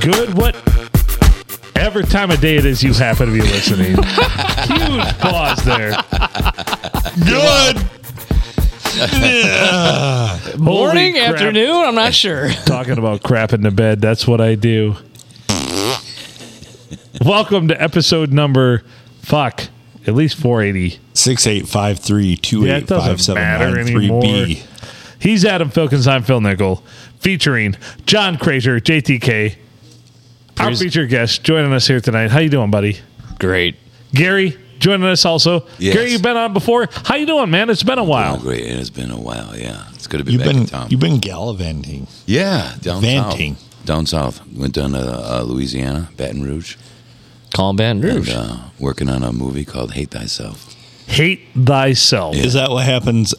good what every time of day it is you happen to be listening. Huge pause there. Good. Holy Morning, crap. afternoon, I'm not sure. Talking about crap in the bed, that's what I do. Welcome to episode number fuck. At least 480. Six eight five three two Yeah, eight it doesn't five seven matter nine three B. anymore. He's Adam Filkins. I'm Phil Nickel, featuring John Crater, JTK, our Pres- featured guest, joining us here tonight. How you doing, buddy? Great. Gary joining us also. Yes. Gary, you've been on before. How you doing, man? It's been a Oh, while. great. It has been a while. Yeah. It's good to be You've back been in town. you've been gallivanting. yeah. Down Vanting. south. Down south. Went down to uh, Louisiana, Baton Rouge, Colin Baton Rouge. and, uh, working on a movie called Hate Thyself. Hate thyself. Is that what happens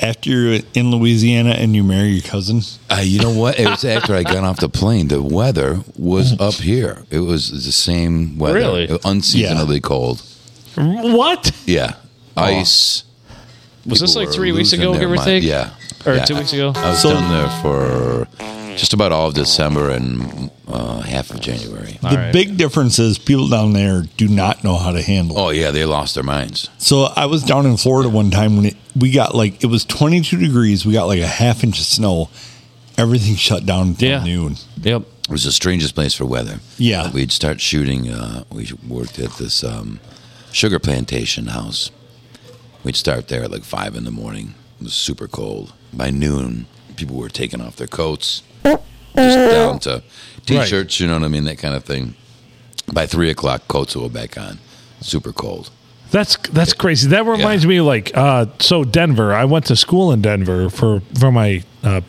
after you're in Louisiana and you marry your cousin? Uh, you know what? It was after I got off the plane. The weather was up here. It was the same weather. Uh, Really? Unseasonably cold. What? Yeah. Ice. Was this People like were three weeks losing ago, their give or mind. take? Yeah. Or Yeah. two weeks ago? I was So- down there for just about all of December and uh, half of January. the right. big difference is people down there do not know how to handle. it. Oh, yeah. They lost their minds. So I was down in Florida one time when it, we got like it was 22 degrees. We got like a half inch of snow. Everything shut down until Yeah. noon. Yep. It was the strangest place for weather. Yeah. We'd start shooting. Uh, we worked at this um, sugar plantation house. We'd start there at like five in the morning. It was super cold. By noon, people were taking off their coats, just down to t-shirts. You know what I mean? That kind of thing. By three o'clock, coats were back on. Super cold. That's that's crazy. That reminds me, like, uh, so Denver. I went to school in Denver for for my uh,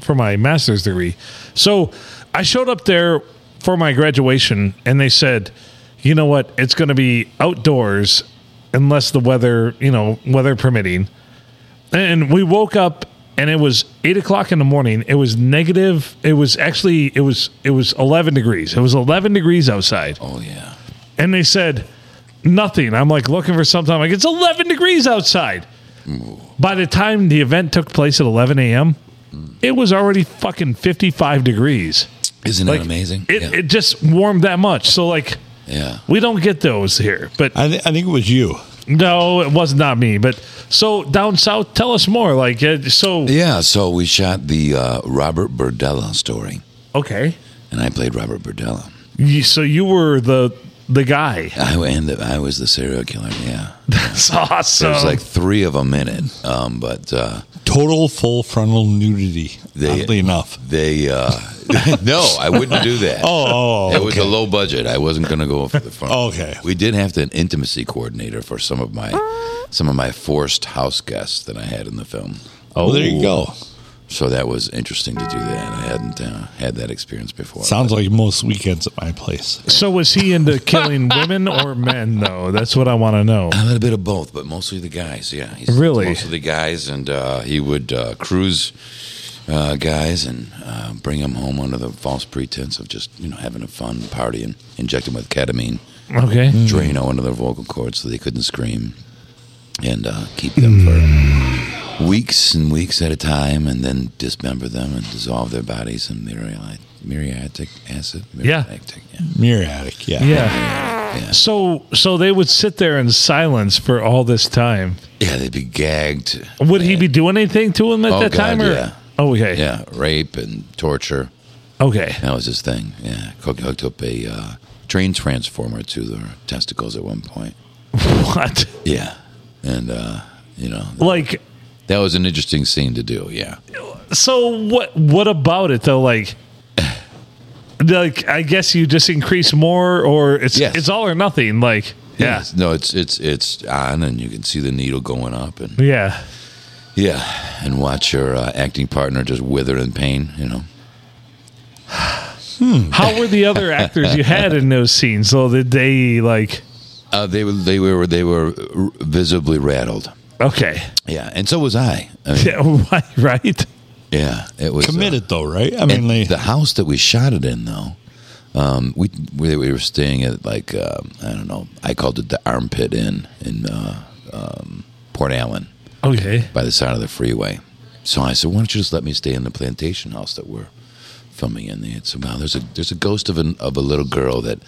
for my master's degree. So I showed up there for my graduation, and they said, you know what? It's going to be outdoors unless the weather, you know, weather permitting. And we woke up, and it was eight o'clock in the morning. It was negative. It was actually it was it was eleven degrees. It was eleven degrees outside Oh yeah. and they said nothing. I'm like looking for something. I'm like, it's 11 degrees outside. By the time the event took place at 11 a.m., it was already fucking 55 degrees. Isn't Like it amazing? It, yeah. it just warmed that much. So like, yeah. we don't get those here. But I, th- I think it was you. no, it was not me. But so down south, tell us more. Like, uh, so Yeah. So we shot the uh, Robert Burdella story, okay, and I played Robert Burdella. You- so you were the the guy. I and the, I was the serial killer. Yeah, That's awesome. there's like three of them in it. Um, but uh, Total full frontal nudity. They- oddly enough. they uh, no, I wouldn't do that. Oh, it was a low budget. I wasn't going to go for the front. Okay. we did have to an intimacy coordinator for some of my some of my forced house guests that I had in the film. Well, there you go. So that was interesting to do that. I hadn't uh, had that experience before. Sounds like most weekends at my place. so was he into killing women or men though? That's what I want to know. A little bit of both, but mostly the guys. Yeah, he's Really? mostly the guys, and uh, he would uh, cruise uh, guys and uh, bring them home under the false pretense of just you know having a fun party and inject them with ketamine, Okay. Drano into their vocal cords so they couldn't scream, and uh, keep them for Hmm. weeks and weeks at a time, and then dismember them and dissolve their bodies in muriatic, muriatic acid. Yeah. Muriatic, yeah. Muriatic, yeah. Yeah. Yeah. So so they would sit there in silence for all this time. Yeah, they'd be gagged. Would he be doing anything to him at Oh, that God, time? Or? yeah. Okay. Yeah, rape and torture. Okay. That was his thing. Yeah, Cook hooked up a uh, train transformer to their testicles at one point. What? Yeah, and uh, you know Like that was an interesting scene to do. Yeah, so what what about it though? Like like I guess you just increase more or it's Yes. it's all or nothing. Like yeah. Yes. No, it's it's it's on, and you can see the needle going up, and Yeah. yeah, and watch your uh, acting partner just wither in pain. You know, How were the other actors you had in those scenes? So did they like uh, they were they were they were visibly rattled. okay. Yeah, and so was I. I mean, Yeah, right, right? yeah, it was uh, Committed, though, right? I And mean, they, the house that we shot it in, though, um, we, we we were staying at like um, I don't know. I called it the Armpit Inn in uh, um, Port Allen Okay. by the side of the freeway. So I said, "Why don't you just let me stay in the plantation house that we're filming in there. So wow, there's a there's a ghost of an of a little girl that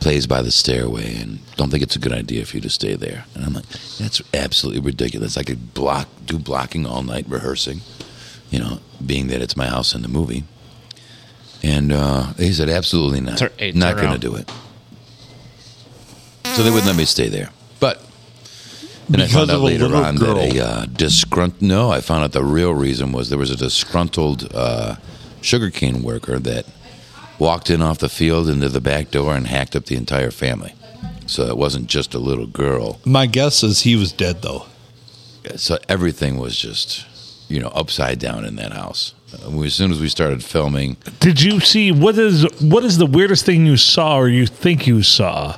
plays by the stairway, and don't think it's a good idea for you to stay there. And I'm like, that's absolutely ridiculous. I could block do blocking all night rehearsing, you know, being that it's my house in the movie. And uh, he said, absolutely not, Tur- hey, not turn going to around. do it. So they wouldn't let me stay there, but. And I Because found out of a later little on that a uh, disgrunt No, I found out the real reason was there was a disgruntled uh, sugarcane worker that walked in off the field into the back door and hacked up the entire family. So it wasn't just a little girl. My guess is he was dead though. So everything was just, you know, upside down in that house. Uh, we- As soon as we started filming, Did you see what is what is the weirdest thing you saw or you think you saw,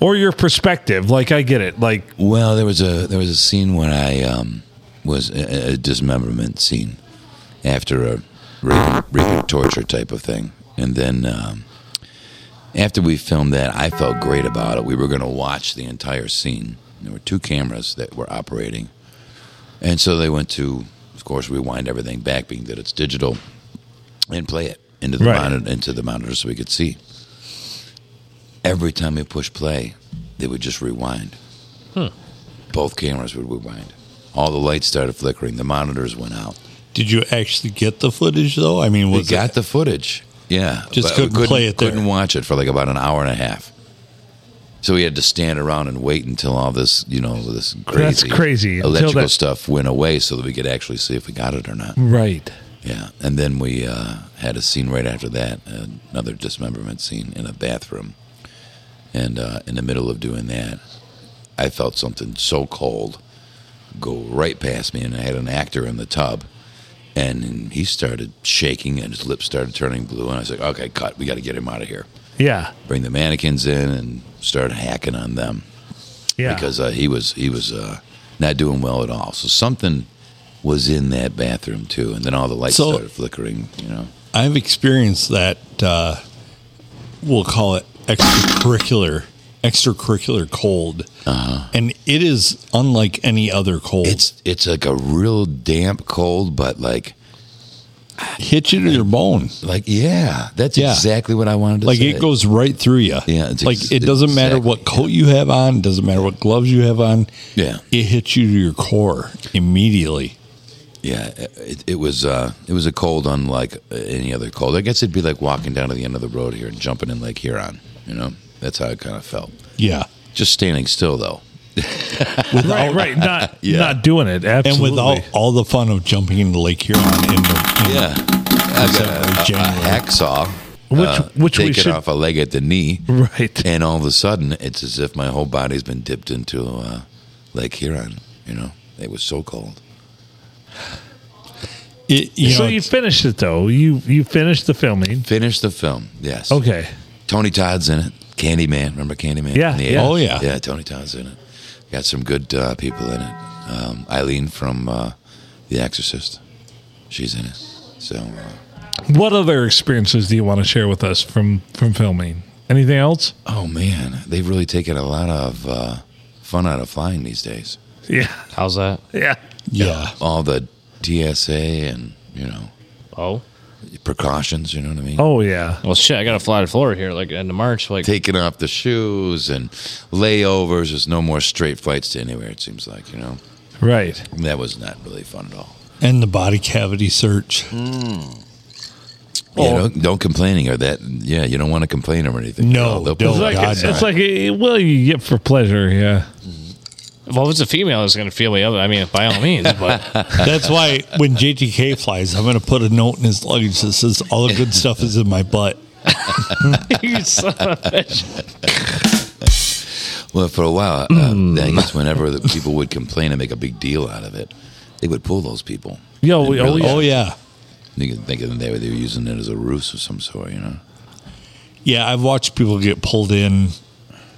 or your perspective? Like I get it. Like Well, there was a there was a scene when I um, was a, a dismemberment scene after a rape, rape and torture type of thing, and then um, after we filmed that, I felt great about it. We were going to watch the entire scene. There were two cameras that were operating, and so they went to, of course, rewind everything back, being that it's digital, and play it into the Right. monitor, into the monitor so we could see. Every time we push play, they would just rewind both cameras would rewind. All the lights started flickering. The monitors went out. Did you actually get the footage though? I mean, We was got it, the footage. Yeah, Just but we couldn't play it there. Couldn't watch it for like about an hour and a half. So we had to stand around and wait until all this, you know, this That's crazy, crazy. Until electrical that- stuff went away, so that we could actually see if we got it or not. right. Yeah, and then we uh, had a scene right after that, another dismemberment scene in a bathroom, and uh, in the middle of doing that, I felt something so cold go right past me, and I had an actor in the tub, and he started shaking, and his lips started turning blue, and I was like, "Okay, cut. We got to get him out of here. Yeah. Bring the mannequins in and start hacking on them." Yeah. because uh, he was he was uh, not doing well at all. So something was in that bathroom too, and then all the lights So- started flickering. You know, I've experienced that. Uh, we'll call it extracurricular, extracurricular cold, and it is unlike any other cold. Uh-huh. it's it's like a real damp cold, but like hit you to your bone. like yeah, that's Yeah. exactly what I wanted to Like say. it goes right through you. Yeah, it's like ex- it doesn't matter what exactly, coat you have on. Doesn't matter what gloves you have on. Yeah. It hits you to your core immediately. Yeah, it, it was uh, it was a cold unlike any other cold. I guess it'd be like walking down to the end of the road here and jumping in Lake Huron. You know, that's how it kind of felt. Yeah. Just standing still though. right. Right. Not Yeah. not doing it. Absolutely. And without all the fun of jumping into Lake Huron in the, in Yeah. I've got a, a- a January. hacksaw. Which- uh, which we taking should- off a leg at the knee. Right. And all of a sudden, it's as if my whole body's been dipped into uh, Lake Huron. You know, it was so cold. It, you so know, you finished it though. You you finished the filming. Finish the film. Yes. Okay. Tony Todd's in it. Candyman. Remember Candyman? Yeah, The yeah. 80s? Oh, yeah. Yeah. Tony Todd's in it. Got some good uh, people in it. Um, Eileen from uh, The Exorcist. She's in it. So. Uh, What other experiences do you want to share with us from from filming? Anything else? Oh man, they've really taken a lot of uh, fun out of flying these days. Yeah. How's that? Yeah. yeah. all the TSA and you know Oh, precautions. You know what I mean? Oh yeah. well, shit. I got to fly to Florida here, like end of March. Like, Taking off the shoes and layovers. There's no more straight flights to anywhere. It seems like you know Right. And that was not really fun at all. And the body cavity search. Mm. Oh. Yeah, don't, don't complaining or that. Yeah, you don't want to complain or anything. No, They'll don't. put It's you like outside. it's, like a, well you get for pleasure. Yeah. well, if it's a female, it's gonna feel me up. I mean, by all means, but That's why when JTK flies, I'm going to put a note in his luggage that says, All the good stuff is in my butt. you son of a bitch. Well, for a while, Mm. uh, I guess whenever the people would complain and make a big deal out of it, they would pull those people. Yo, we- oh, really- yeah. Oh, yeah. You could think of them they were they were using it as a ruse of some sort. You know. Yeah, I've watched people get pulled in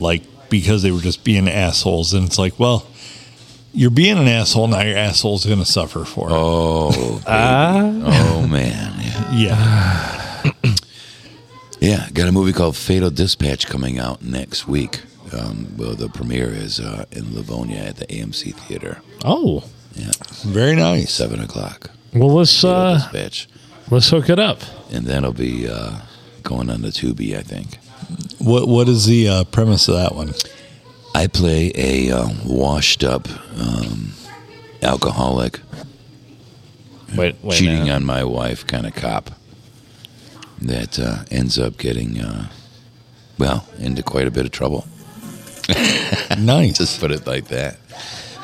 like because they were just being assholes. And it's like, well, you're being an asshole. Now your asshole's going to suffer for it. Oh. baby. Ah. oh man. Yeah. Yeah. Yeah, got a movie called Fatal Dispatch coming out next week. Um, well, the premiere is uh, in Livonia at the AMC Theater. Oh, Yeah, Very nice. seven o'clock. Well, let's Fatal uh, Dispatch. Let's hook it up. and that'll be uh, going on the Tubi, I think. What What is the uh, premise of that one? I play a uh, washed-up um, alcoholic, Wait, wait a cheating minute. on my wife kind of cop that uh, ends up getting, uh, well, into quite a bit of trouble. Nice. Just put it like that.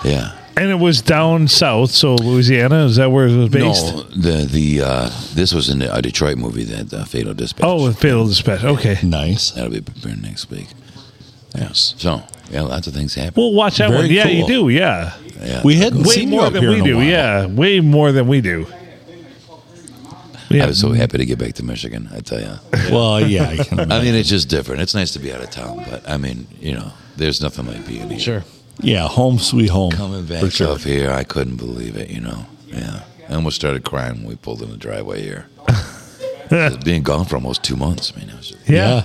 Yeah. And it was down south, so Louisiana is that where it was based? No, the the uh, this was in a Detroit movie that uh, Fatal Dispatch. Oh, with Fatal Dispatch. Okay, nice. that'll be prepared next week. Yes. So yeah, lots of things happen. we'll watch that Very one. Yeah, you do. cool. Yeah, yeah. We hadn't way seen you more up than here we in a do. while. Yeah, way more than we do. Yeah, I was so happy to get back to Michigan. I tell you. Well, yeah. I can I imagine. mean, it's just different. It's nice to be out of town, but I mean, you know, there's nothing like being here. Sure. yeah. Home sweet home. Coming back For sure. up here, I couldn't believe it. You know, yeah. I almost started crying when we pulled in the driveway here. Just being gone for almost two months, man. It was- yeah.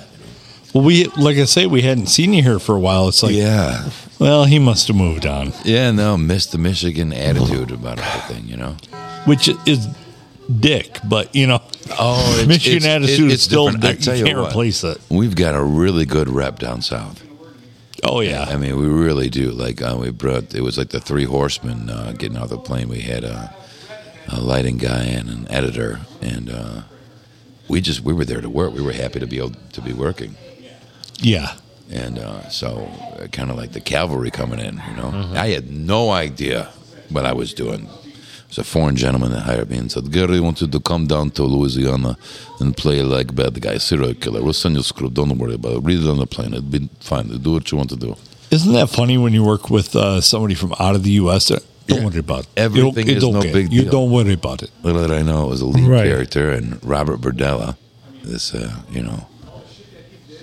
Well, we like I say, we hadn't seen you here for a while. It's like, yeah, well, he must have moved on, yeah. No, missed the Michigan attitude about everything. You know. which is dick, but you know, Oh, it's, Michigan it's- attitude is it's still different. I dick. tell You you can't what, replace it. We've got a really good rep down south. Oh yeah. I mean, we really do. Like uh, we brought, it was like the three horsemen uh, getting out of the plane. We had a, a lighting guy and an editor, and uh, we just we were there to work. We were happy to be able to be working, yeah. and uh, so kind of like the cavalry coming in. You know, I had no idea what I was doing. It was a foreign gentleman that hired me and said, Gary wanted to come down to Louisiana and play like bad guy, serial killer. We'll send you a script. Don't worry about it. Read it on the plane. It'll be fine. Do what you want to do. Isn't that funny when you work with uh, somebody from out of the U.S.? Don't Yeah. worry about it. Everything is no get- big You deal. don't worry about it. Little did I know it was a lead Right. character and Robert Berdella. This, uh, you know,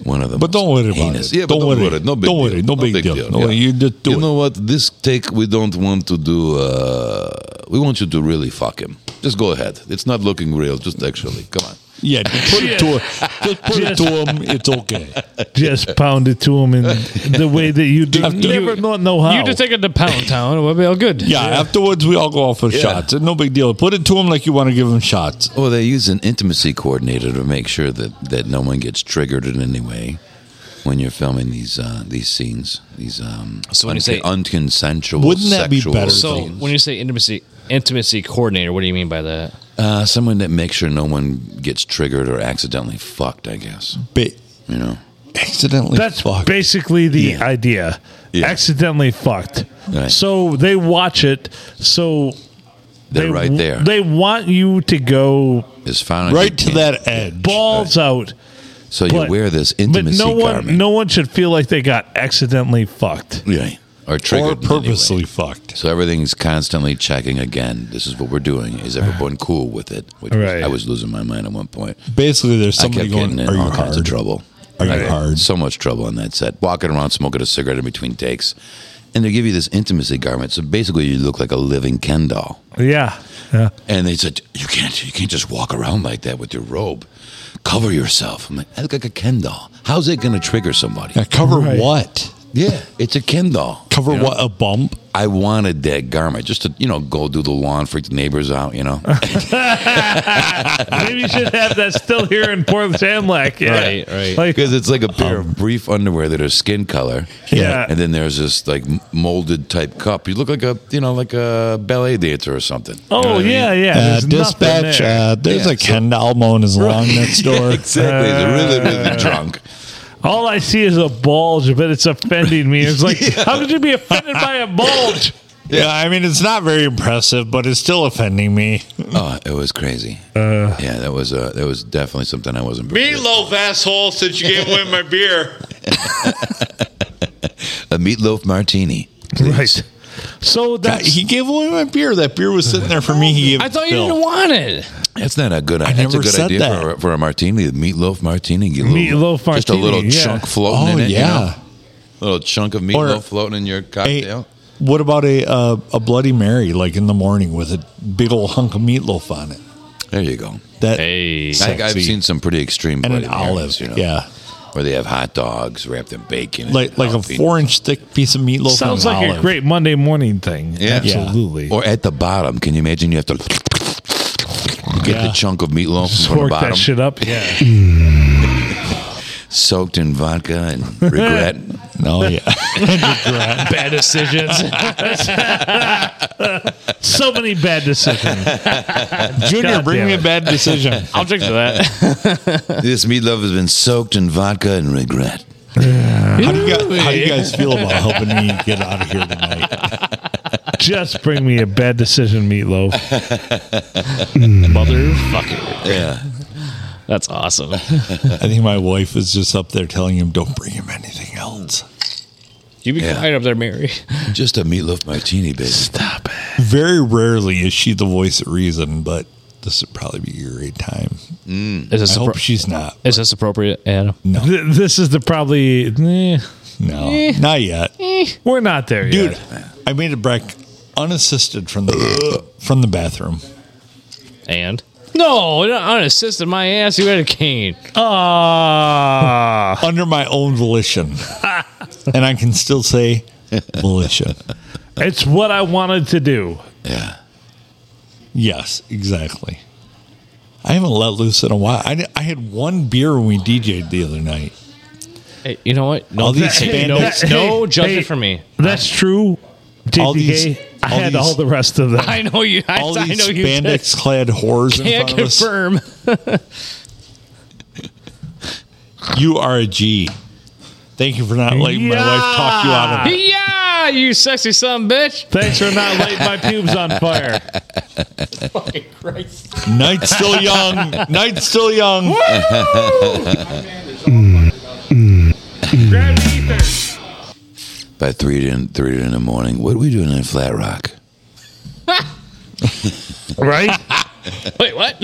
one of the But most don't worry about heinous. it. Yeah, but don't, worry. No big don't deal. worry. No, big, deal. No, Yeah. worry. You just do You it. know what? This take we don't want to do. Uh, we want you to really fuck him. Just go ahead. It's not looking real. Just actually, come on. yeah, just put it to him. Just put it to him. It's okay. just pound it to him in the way that you do. After- never not know how. You just take it to Pound Town. It will be all good. Yeah, afterwards we all go off with shots. No big deal. Put it to him like you want to give him shots. Well, Oh, they use an intimacy coordinator to make sure that, that no one gets triggered in any way when you're filming these uh, these scenes. These um, So when you say- unconsensual, Wouldn't that be sexual better? So scenes. when you say intimacy, intimacy coordinator, what do you mean by that? Uh, someone that makes sure no one gets triggered or accidentally fucked, I guess. Ba- You know? accidentally. That's fucked. basically the Yeah. idea. Yeah. Accidentally fucked. Right. So they watch it. So They're they- right there. They want you to go as far as you right to can. that edge. balls out. So you But- wear this But intimacy no one, garment. no one should feel like they got accidentally fucked. Yeah. Or or triggered. in any way. purposely fucked. So everything's constantly checking again. This is what we're doing. Is everyone cool with it? Which was- Right. I was losing my mind at one point. Basically, there's I somebody kept going. getting in Are you all kinds of hard? trouble. Are you I got hard? So much trouble on that set. Walking around smoking a cigarette in between takes. And they give you this intimacy garment. So basically, you look like a living Ken doll. Yeah. Yeah. And they said, "You can't, you can't just walk around like that with your robe. Cover yourself." I'm like, "I look like a Ken doll. How's it going to trigger somebody?" Now, cover Right. what? yeah, it's a Ken doll. Cover You know? what? A bump? I wanted that garment just to, you know, go do the lawn, freak the neighbors out. You know, Maybe you should have that still here in Port Samlac. Yeah. Right, right. Like, because it's like a pair of brief underwear that are skin color. Yeah. And then there's this like m- molded type cup. You look like a, you know, like a ballet dancer or something. You know oh, what I mean? yeah, yeah. Uh, There's nothing dispatch. there. Uh, there's Yeah, a Ken doll mowing his lawn next door. Exactly. They're really, really drunk. All I see is a bulge, but it's offending me. It's like, how could you be offended by a bulge? yeah. I mean it's not very impressive, but it's still offending me. Oh, it was crazy. yeah, that was uh, that was definitely something I wasn't. prepared Meatloaf asshole since you gave away my beer. a meatloaf martini. Right. So God, that's he gave away my beer. That beer was sitting there for me. He gave I it to thought you Bill. didn't want it. That's not a good. I that's never a good said idea that. For, a, for a martini. The meatloaf martini. Get a little, Meatloaf Just a little martini, yeah. chunk floating Oh in it. you yeah. know? little chunk of meatloaf floating in your Hey, cocktail. what about a uh, a Bloody Mary like in the morning with a big old hunk of meatloaf on it? There you go. That Hey. I, I've Sexy. seen some pretty extreme. and an Bloody Marys, olive, you know, yeah, where they have hot dogs wrapped in bacon, and like like a healthy. four inch thick piece of meatloaf. sounds and an like olive. a great Monday morning thing. Yeah. Absolutely. Or at the bottom, can you imagine? You have to Get Yeah. the chunk of meatloaf from the Fork bottom, that shit up. Yeah. soaked in vodka and regret. No, yeah. Bad decisions. So many bad decisions. Junior, God bring damn me a it. bad decision. I'll drink to that. this meatloaf has been soaked in vodka and regret. How do, you guys, how do you guys feel about helping me get out of here tonight? Just bring me a bad decision meatloaf. Motherfucker. Yeah. That's awesome. I think my wife is just up there telling him, "Don't bring him anything else." You be Yeah. quiet up there, Mary. Just a meatloaf martini, baby. Stop it. Very rarely is she the voice of reason, but this would probably be your great time. Is this, I hope appro- she's not. is this appropriate, Adam? Th- this is the probably. eh, No, not yet, we're not there dude. yet. I made a break unassisted from the from the bathroom. And? No, not unassisted my ass. You had a cane. Ah. under my own volition. and I can still say volition. it's what I wanted to do. Yeah. Yes, exactly. I haven't let loose in a while. I, I had one beer when we DJ'd the other night. Hey, you know what? No, All these hey, no, spandex- no Hey, judging hey. for me. That's true. JPK, All these- I all had these- all the rest of them. I know you. I, All I these know you. spandex clad whores in Can't front of us. confirm. You are a G. Thank you for not letting my wife talk you out of it. yeah, you sexy son of a bitch. Thanks for not lighting my pubes on fire. Night's still young. Night's still young. Grab the ether. By three in three in the morning. What are we doing in Flat Rock? Right? Wait, what?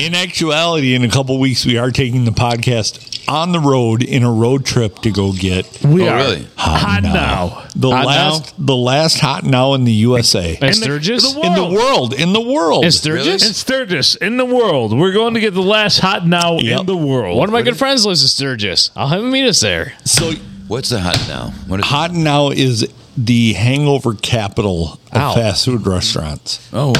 In actuality, in a couple weeks, we are taking the podcast on the road in a road trip to go get We Oh, are really? hot now. The Hot last, the last hot now in the USA, And In the- Sturgis? the in the world. world, in the world. And Sturgis? In Sturgis, in the world. We're going to get the last hot now Yep. in the world. One of my good friends lives in Sturgis. I'll have him meet us there. So What's the hot now? What is hot now is the hangover capital of Ow. fast food restaurants. Oh,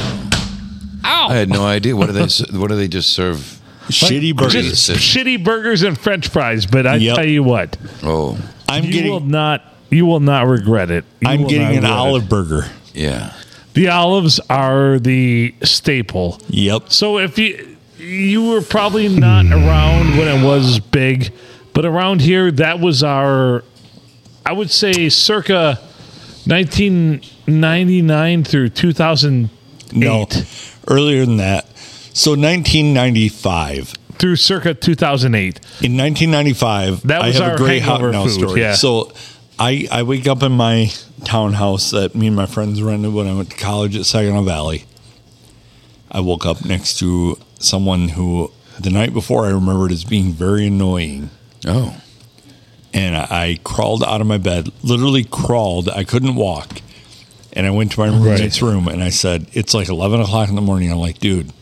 Ow! I had no idea. What do they? What do they just serve? Shitty burgers. Jesus. Shitty burgers and french fries, but I Yep. tell you what, Oh, I'm you will getting, not you will not regret it. You I'm will not getting an regret it. olive burger. yeah. The olives are the staple. Yep. So if you you were probably not around when it was big, but around here that was our I would say circa 1999 through 2000 No, Eight. earlier than that. So 1995. through circa 2008. In 1995, That was I have our a great hot hangover now food, story. yeah. So I, I wake up in my townhouse that me and my friends rented when I went to college at Saginaw Valley. I woke up next to someone who the night before I remembered as being very annoying. Oh, And I, I crawled out of my bed, literally crawled. I couldn't walk. And I went to my roommate's room and I said, It's like 11 o'clock in the morning. I'm like, dude,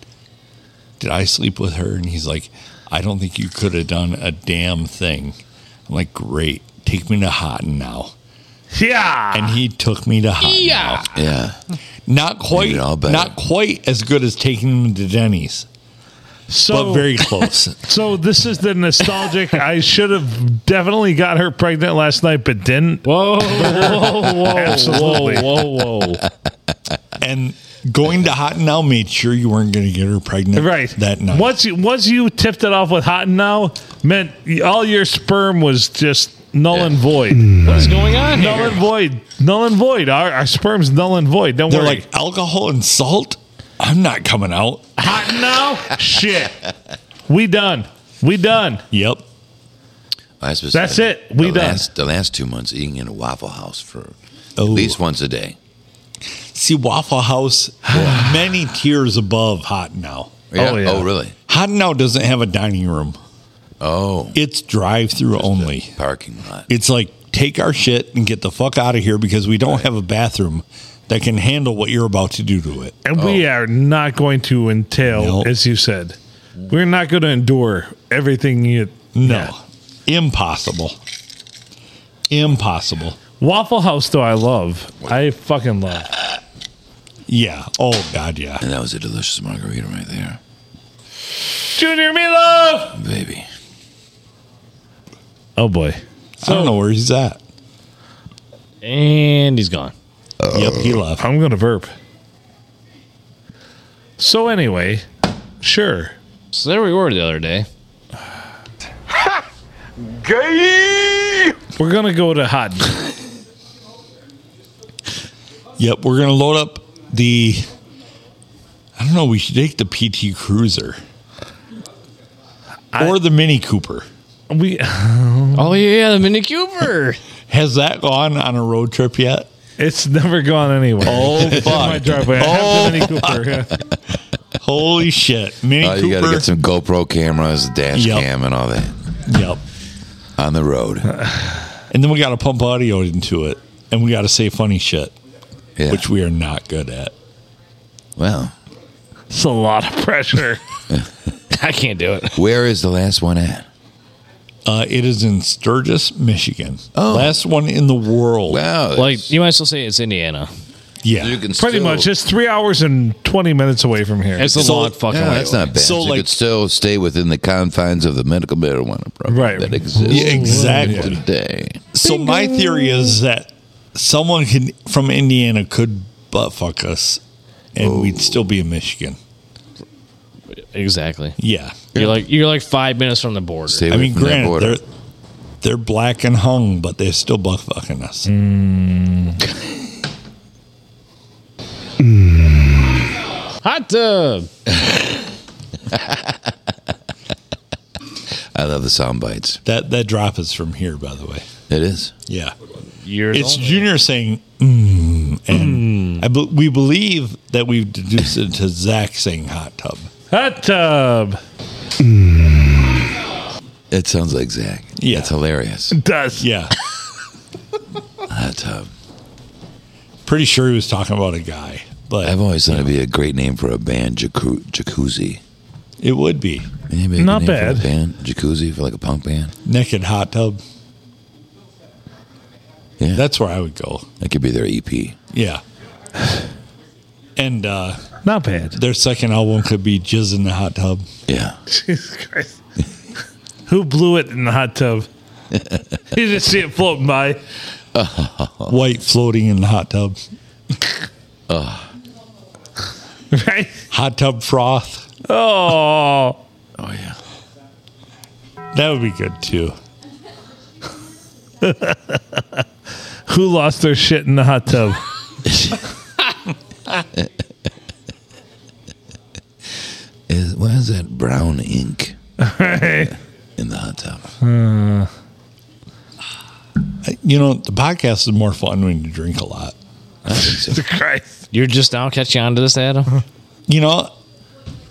did I sleep with her? And he's like, I don't think you could have done a damn thing. I'm like, great. Take me to Hotton now. Yeah. And he took me to Hotton. yeah. yeah. Not quite Made it all better. not quite as good as taking him to Denny's, So but very close. so this is the nostalgic I should have definitely got her pregnant last night but didn't. Whoa, whoa, whoa, Absolutely. whoa, whoa, whoa. and going to Hotton now made sure you weren't going to get her pregnant Right. that night. Once you once you tipped it off with hot and now meant all your sperm was just null and void. What is going on here? Null and void. Null and void. Our, our sperm's null and void. Don't They're worry. like alcohol and salt. I'm not coming out. hot now? Shit. We done. We done. Yep. I spent That's it. We the done. Last, the last two months eating in a Waffle House for Oh. at least once a day. See, Waffle House many tiers above Hot Now. Oh, yeah. Oh, really? Hot Now doesn't have a dining room. Oh, It's drive-through only. parking lot. It's like take our shit and get the fuck out of here because we don't have a bathroom that can handle what you're about to do to it. And we are not going to entail, Nope. as you said, we're not going to endure everything you. No. Impossible. Impossible. Waffle House, though, I love. I fucking love. Yeah. Oh God. Yeah. And that was a delicious margarita right there, Junior Meatloaf. baby. Oh boy. I don't know where he's at. And he's gone. yep. He left. I'm gonna burp. So anyway, sure. So there we were the other day. We're gonna go to hot. Yep. We're gonna load up the. I don't know. We should take the PT Cruiser or the Mini Cooper. we Oh yeah, the Mini Cooper. Has that gone on a road trip yet? it's never gone anywhere. Oh my fuck! Oh, driveway. I have the Mini Cooper. yeah. Holy shit! Mini Oh, you got to Cooper. get some GoPro cameras, dash Yep. cam, and all that yep. on the road. And then we got to pump audio into it, and we got to say funny shit, Yeah. which we are not good at. well, It's a lot of pressure. I can't do it. where is the last one at? Uh, it is in Sturgis, Michigan. Oh. Last one in the world. Wow, Like you might as well say it's Indiana. yeah. you can Pretty still- much, it's three hours and twenty minutes away from here. It's a So- long fucking. Yeah, way that's not bad. So, So, you like- could still stay within the confines of the medical marijuana program Right. that exists Yeah, exactly. today. So my theory is that someone can, from Indiana could butt fuck us, and Oh. we'd still be in Michigan. Exactly. Yeah. You're like you're like five minutes from the border. Stay I away mean, from that granted, border. they're they're black and hung, but they're still butt fucking us. Mm. Hot tub. I love the sound bites. That that drop is from here, by the way. It is. Yeah. Years It's old. Junior saying, mm, and I be- we believe that we've deduced it to Zach saying hot tub. hot tub. It sounds like Zach. Yeah. It's hilarious. um, Does Yeah. Hot tub. Pretty sure he was talking about a guy, I've but always thought it'd be a great name for a band, jacu- Jacuzzi. it would be Anybody Not name for a bad. band, Jacuzzi for like a punk band. Naked Hot Tub. Yeah, That's where I would go. that could be their E EP. Yeah. And uh, not bad. their second album could be Jizz in the Hot Tub. Yeah, Jesus Christ. Who blew it in the hot tub? you just see it floating by. White floating in the hot tub. Right? Hot tub froth. Oh. oh yeah. That would be good too. Who lost their shit in the hot tub? Is why is that brown ink Right? in the hot tub? You know, the podcast is more fun when you drink a lot. I don't think so. Christ. You're just now catching on to this, Adam. You know,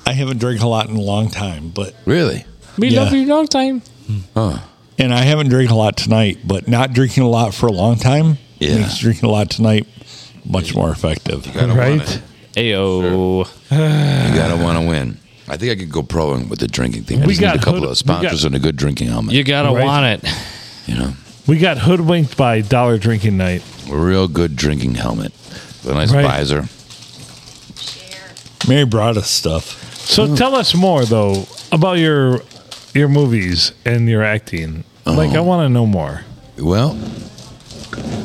I haven't drank a lot in a long time, but Really? We Yeah. love you long time. and I haven't drank a lot tonight, but not drinking a lot for a long time Yeah. makes drinking a lot tonight much more effective. Right? Ayo. You gotta want to win. I think I could go pro in with the drinking thing. I Uh, We just got need a couple hood- of sponsors we and a good drinking helmet. You gotta Right. want it. you know, We got hoodwinked by Dollar Drinking Night. a real good drinking helmet with a nice Right. visor. Mary brought us stuff. So tell us more though about your your movies and your acting. Like I want to know more. Well,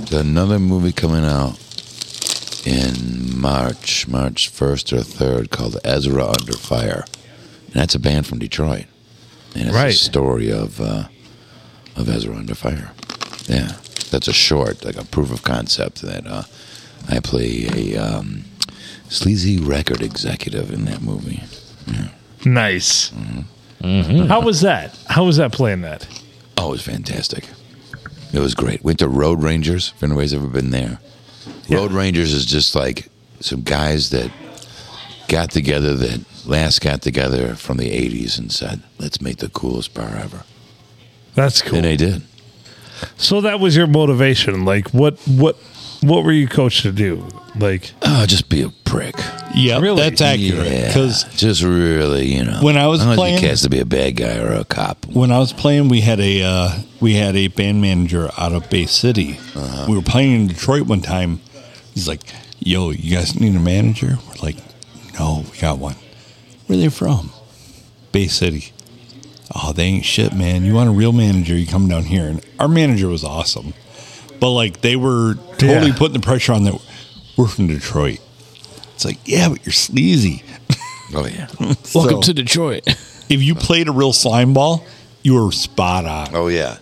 there's another movie coming out in March, March 1st or 3rd, called Ezra Under Fire. And that's a band from Detroit. And it's the Right. story of, uh, of Ezra Under Fire. Yeah. That's a short, like a proof of concept that uh, I play a um, sleazy record executive in that movie. Nice. How was that? How was that playing that? Oh, it was fantastic. It was great. Went to Road Rangers. If anybody's ever been there, Road Rangers is just like some guys that got together that last got together from the '80s and said, "Let's make the coolest bar ever," That's cool. and they did. So that was your motivation. Like what what what were you coached to do? Like Oh, just be a prick. Yeah, Really? that's accurate. Because just really, you know, When I was I wanted playing- the cast to be a bad guy or a cop. when I was playing, we had a uh, we had a band manager out of Bay City. We were playing in Detroit one time. He's like, yo, you guys need a manager? We're like, no, we got one. Where they from? Bay City. Oh, they ain't shit, man. You want a real manager, you come down here. And our manager was awesome. But like they were totally Yeah. putting the pressure on that we're from Detroit. It's like, yeah, but you're sleazy. Oh yeah. Welcome So- to Detroit. If you played a real slime ball, you were spot on. Oh yeah.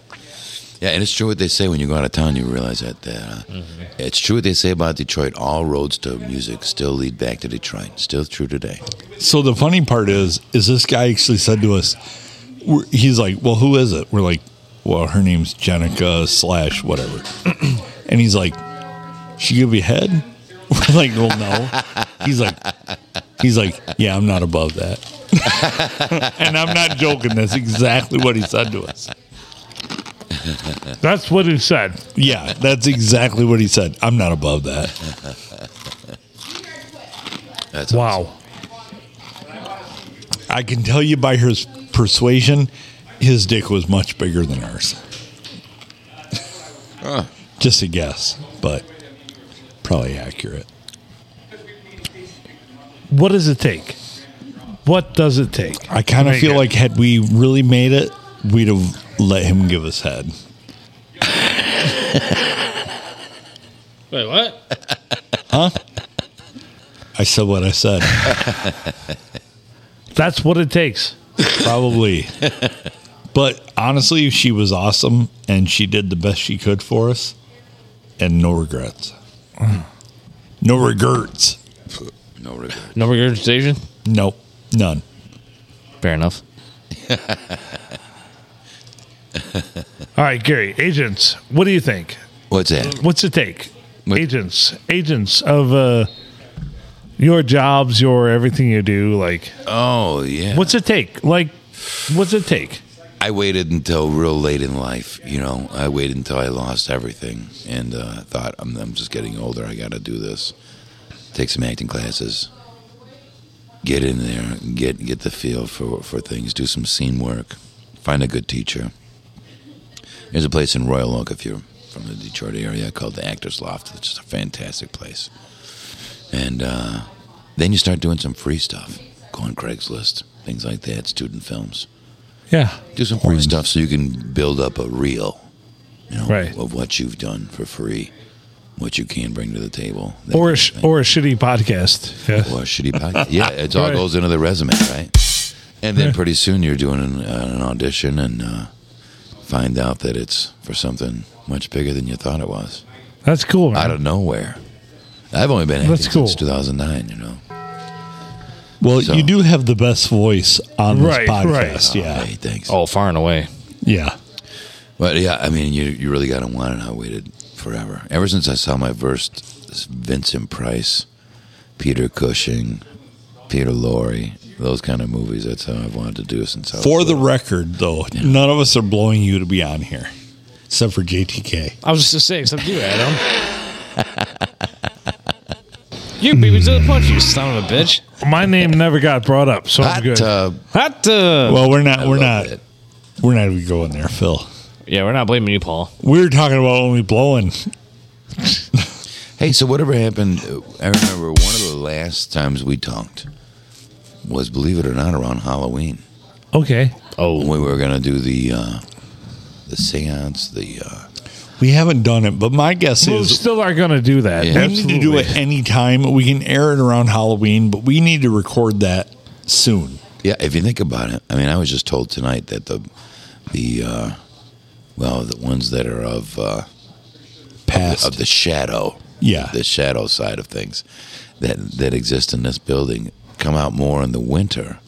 Yeah, and it's true what they say when you go out of town. You realize that. Uh, It's true what they say about Detroit. All roads to music still lead back to Detroit. Still true today. So the funny part is, is this guy actually said to us, we're, he's like, well, who is it? We're like, well, her name's Jenica slash whatever. and he's like, she give you head? We're like, well, no. He's like, he's like, yeah, I'm not above that. and I'm not joking. That's exactly what he said to us. That's what it said. Yeah, that's exactly what he said. I'm not above that. That's Wow. I can tell you by his persuasion, his dick was much bigger than ours. Just a guess, but probably accurate. What does it take? What does it take? I kind of Make feel it. like had we really made it, we'd have let him give us head. Wait, what? I said what I said. That's what it takes. probably. But honestly, she was awesome and she did the best she could for us and no regrets. Mm. No regrets. awesome. No regret. No regurgitation? Nope. None. Fair enough. All right, Gary, agents, what do you think? What's that? What's it take? What- Agents, agents of uh, your jobs, your everything you do. Like, Oh yeah. what's it take? Like, what's it take? I waited until real late in life. You know, I waited until I lost everything and uh, thought, I'm, I'm just getting older. I got to do this. Take some acting classes. Get in there. Get get the feel for for things. Do some scene work. Find a good teacher. There's a place in Royal Oak if you're from the Detroit area called the Actors Loft. It's just a fantastic place. And uh, then you start doing some free stuff. Go on Craigslist, things like that, student films Yeah. do some free stuff so you can build up a reel you know, Right. of what you've done for free, what you can bring to the table. that Or a, kind of sh- thing. or a shitty podcast. Yeah. Or a shitty podcast. yeah, it all Right. goes into the resume, right? And then pretty soon you're doing an, uh, an audition and uh, find out that it's for something much bigger than you thought it was That's cool. Man. out of nowhere. I've only been acting That's cool. since 2009, you know. Well, So- you do have the best voice on this Right, podcast. right. Yeah. Hey, thanks. Oh, far and away. Yeah. But yeah, I mean, you you really got to want it. I waited forever. Ever since I saw my first Vincent Price, Peter Cushing, Peter Lorre, those kind of movies. That's how I've wanted to do it since I was For the little. record, though, none of us are blowing you to be on here except for JTK. I was just to say, except you, Adam. you beat me to the punch, you son of a bitch. My name never got brought up, so I'm hot good. tub. Hot, uh, Well, we're not. we're love not. it. We're not even going there, Phil. yeah, we're not blaming you, Paul. We were talking about only blowing. Hey, so whatever happened, uh, I remember one of the last times we talked was, believe it or not, around Halloween. Okay. Oh, We were gonna do the uh, the seance, the uh, We haven't done it, but my guess We is still are going to do that. Yeah. we need to do Absolutely. it any time. We can air it around Halloween, but we need to record that soon. Yeah, if you think about it, I mean, I was just told tonight that the the uh, well, the ones that are of uh, Past. of the shadow, Yeah. the shadow side of things that that exist in this building come out more in the winter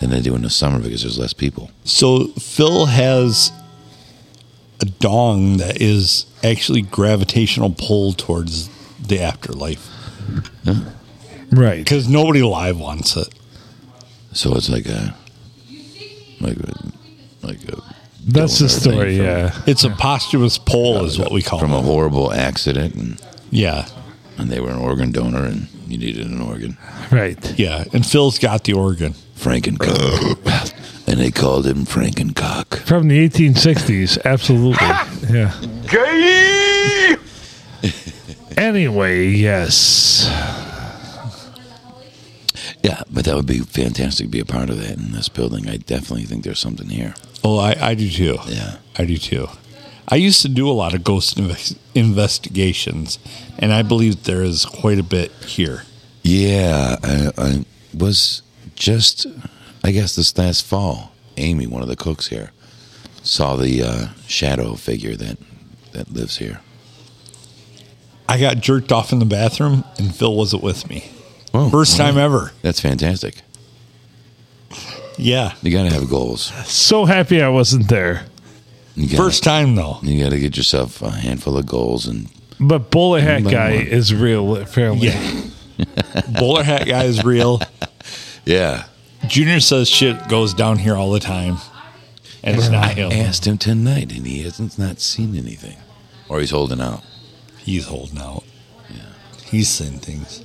than they do in the summer because there's less people. So Phil has a dong that is actually gravitational pull towards the afterlife Right. because nobody live wants it. So it's like a like a, like a That's the Don't worry story. about Yeah. It's a posthumous poll, is what we call from a it. horrible accident, and, Yeah, and they were an organ donor, and you needed an organ. Right. yeah. And Phil's got the organ. Frankencock, and they called him Frankencock. From the 1860s. Absolutely. yeah. Anyway, yes. Yeah, but that would be fantastic to be a part of that in this building. I definitely think there's something here. Oh, I, I do too. Yeah. I do too. I used to do a lot of ghost inves- investigations, and I believe there is quite a bit here. Yeah, I, I was just, I guess this last fall, Amy, one of the cooks here, saw the uh, shadow figure that that lives here. I got jerked off in the bathroom, and Phil wasn't with me. Oh, First time ever. That's fantastic. Yeah. You got to have goals. So happy I wasn't there. You gotta, First time though. you got to get yourself a handful of goals, and But bullet hat Number guy one. is real, apparently. Yeah. Bowler hat guy is real. yeah, Junior says shit goes down here all the time, and it's not him. asked him tonight, and he hasn't not seen anything, or he's holding out. He's holding out. He's seeing things.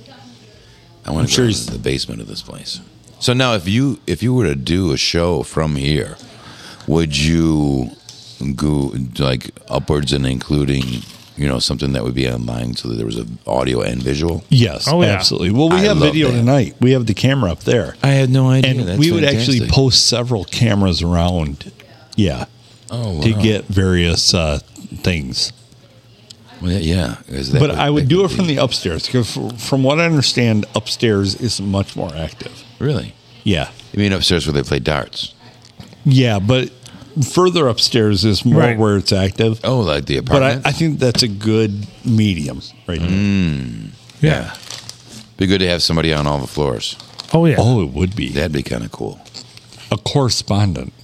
I want I'm to sure go he's- to the basement of this place. So now, if you if you were to do a show from here, would you go like upwards and including you know something that would be online so that there was a audio and visual? Yes, Oh, yeah. absolutely. Well, we I have love video that. tonight. We have the camera up there, I had no idea. and we would actually post several cameras around. Yeah, oh, to get various uh, things. Well, yeah, 'cause that But I would that do it could from be- the upstairs because, from what I understand, upstairs is much more active. really. Yeah, You mean upstairs where they play darts? yeah, but further upstairs is more Right. where it's active. Oh, like the but I, apartment. I think that's a good medium right now. Mm. Yeah. be good to have somebody on all the floors. Oh, yeah. Oh, it would be That'd be kind of cool. a correspondent.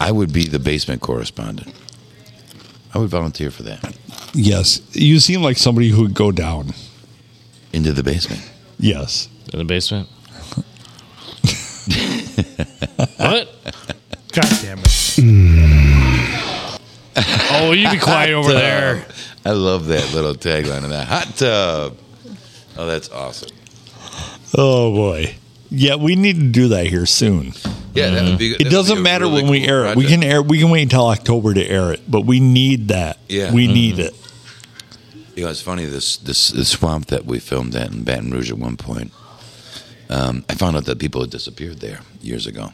I would be the basement correspondent. I would volunteer for that. Yes, you seem like somebody who would go down. Into the basement. Yes. in the basement. what? God damn it. Mm. Oh, you be quiet over there. I love that little tagline of that hot tub. Oh, that's awesome. Oh boy. Yeah, we need to do that here soon. Yeah, that would be. that would Mm-hmm. It be doesn't a matter really when we cool air it. We project. can air. We can wait until October to air it, but we need that. Yeah. Mm. we need it. You know, it's funny this this the swamp that we filmed at in Baton Rouge at one point. Um, I found out that people had disappeared there years ago.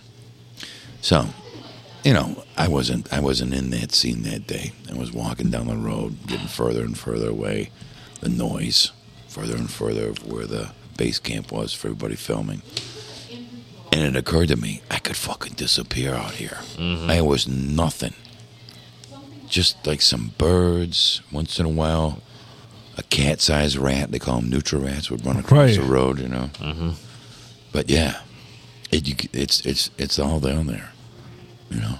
So, you know, I wasn't I wasn't in that scene that day. I was walking down the road, getting further and further away, the noise, further and further of where the base camp was for everybody filming. And it occurred to me, I could fucking disappear out here. I was nothing. Just like some birds once in a while. A cat sized rat, they call them neutral rats, would run across Right. the road, you know. But yeah, it, you, it's it's it's all down there, you know.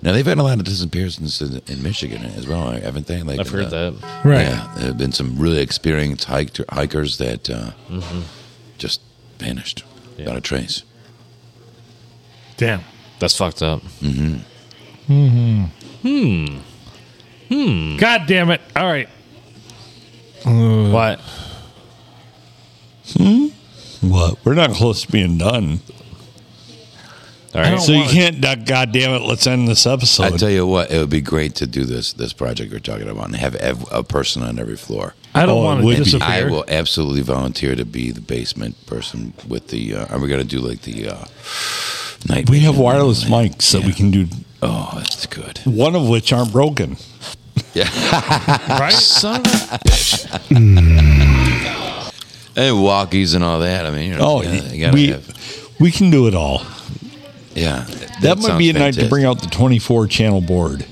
Now they've had a lot of disappearances in, in Michigan as well, haven't they? Like uh, I've heard that. Right. yeah, there have been some really experienced hiker, hikers that uh, Mm-hmm. just vanished without a trace. Damn. That's fucked up. God damn it. All right. What? What? We're not close to being done. All I right. don't So you wanna- can't. God damn it! Let's end this I episode. tell you what, it would be great to do this this project we're talking about and have ev- a person on every floor. I don't Oh, it want would to be- disappear. I will absolutely volunteer to be the basement person with the. Uh, are we gonna do like the uh, night? we vision? have wireless mics that we can do. Oh, that's good. One of which aren't broken. Right? Son of a bitch. and Eh, walkies and all that. I mean, you know, Oh, yeah, you gotta we have. we can do it all. Yeah, That, might be a night sounds to bring out the twenty-four channel board.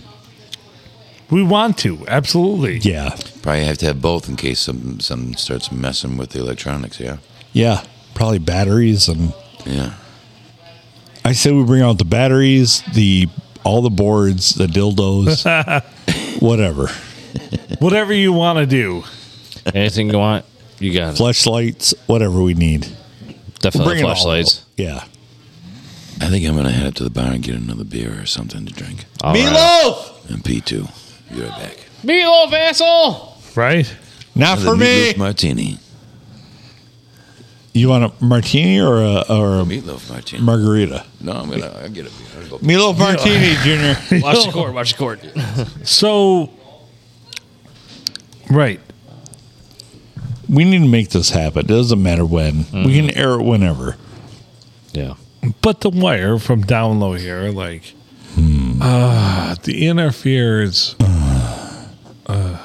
We want to. Absolutely. Yeah, Probably have to have both in case some some starts messing with the electronics. Yeah, yeah. Probably batteries and. yeah. I say we bring out the batteries, the all the boards, the dildos, whatever, Whatever you want to do. Anything you want, you got it. flashlights, whatever we need. Definitely it all. flashlights. Yeah. I think I'm gonna head up to the bar and get another beer or something to drink. All right. Oh, And P two, be right back. Meatloaf, asshole. Right? Not Another Ah, for me. meatloaf martini. You want a martini or a or a Meatloaf martini. margarita? no, I'm gonna. I'll get a beer. I'll go- Meatloaf martini, Junior. Watch the court. Watch the court. So, right. we need to make this happen. It doesn't matter when. We can air it whenever. Yeah. But the wire from down low here, like, Hmm. ah, the interferes. Uh,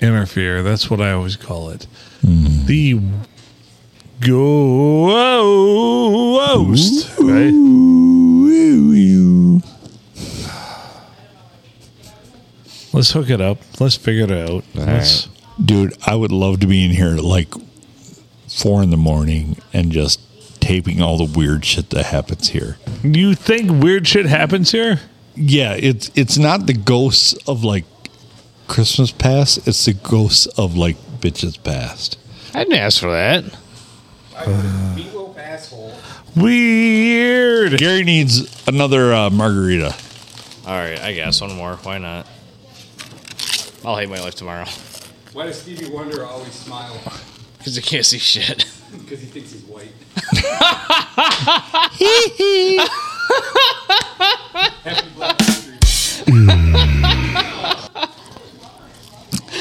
interfere. That's what I always call it. Hmm. The ghost, right? Let's hook it up. Let's figure it out. Let's- Dude, I would love to be in here at like four in the morning and just taping all the weird shit that happens here. You think weird shit happens here? Yeah, it's it's not the ghosts of like Christmas past, it's the ghosts of like bitches past. I didn't ask for that. Weird. Gary needs another uh, margarita. All right, I guess one more. Why not? I'll hate my life tomorrow Why does Stevie Wonder always smile? because I can't see shit. Because he thinks he's white.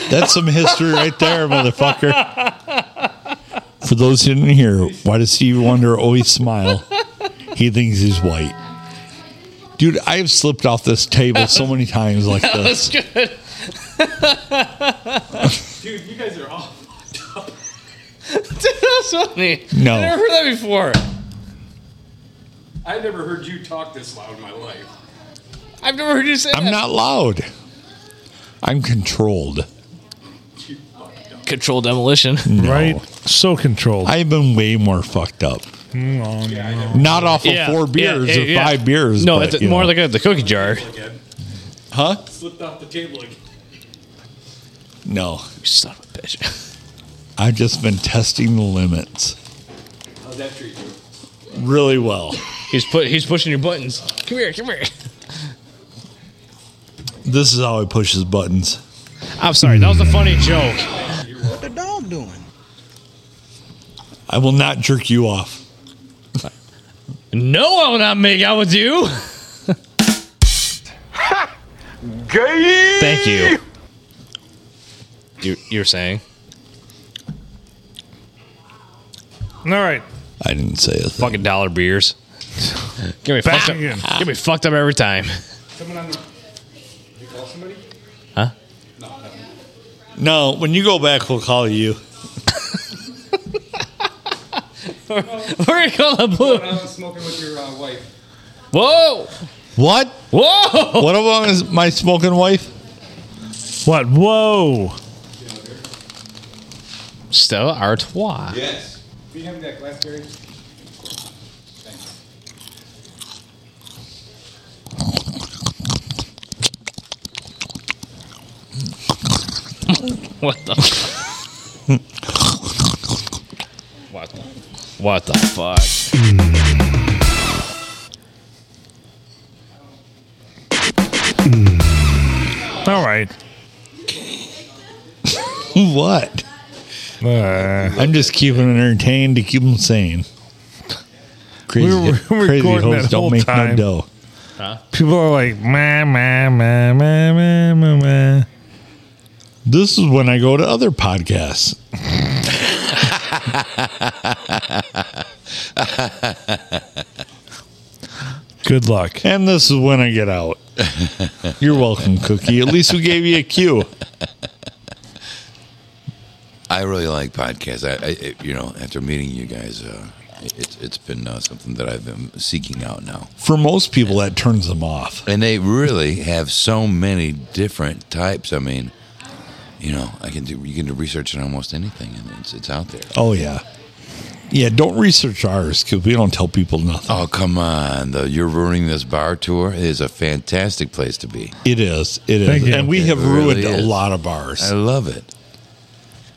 That's some history right there, motherfucker. For those who didn't hear, why does Steve Wonder always smile? He thinks he's white. Dude, I've slipped off this table so many times like this. That's good. Dude, you guys are awful. That's funny. No. I never heard that before. I never heard you talk this loud in my life. I've never heard you say I'm that. not loud. I'm controlled. Controlled demolition. Right? So controlled. I've been way more fucked up. Not off of four beers yeah, or yeah. five beers. No, but, it's you more know. like a, the cookie jar. Again, huh? slipped off the table again. No, You son of a bitch. I've just been testing the limits How's that treat you? really well. He's put. He's pushing your buttons. Come here. Come here. This is how I push his buttons. I'm sorry. That was a funny joke. I will not jerk you off. No, I will not make out with you. Thank you. You you're saying? All right. I didn't say a thing. Fucking dollar beers. Give me fucked up. again. Give me fucked up every time. Someone on the. You call somebody? No, when you go back, we'll call you. We're gonna call the blue. I was smoking with your uh, wife. Whoa! What? Whoa! What about is my smoking wife? What? Whoa. Stella Artois. Yes. Can you have that glass, Gary? Thanks. What the? what the? What the fuck? All right. What? Uh, I'm just keeping them entertained to keep them sane. Crazy, We were crazy recording hoes that don't whole make time. no dough. people are like, meh, meh, meh, meh, meh, meh, meh. This is when I go to other podcasts. Good luck. And this is when I get out. You're welcome, Cookie. At least we gave you a cue. I really like podcasts. I, I it, you know, after meeting you guys, uh, it, it's- it's been uh, something that I've been seeking out now. For most people, that turns them off. And they really have so many different types. I mean, you know, I can do you can do research on almost anything, and it's it's out there. Oh, yeah. Yeah, don't research ours because we don't tell people nothing. Oh come on! The You're ruining this bar tour is a fantastic place to be. It is. It is. Thank you. And we It have really ruined a is. Uh, lot of bars. I love it.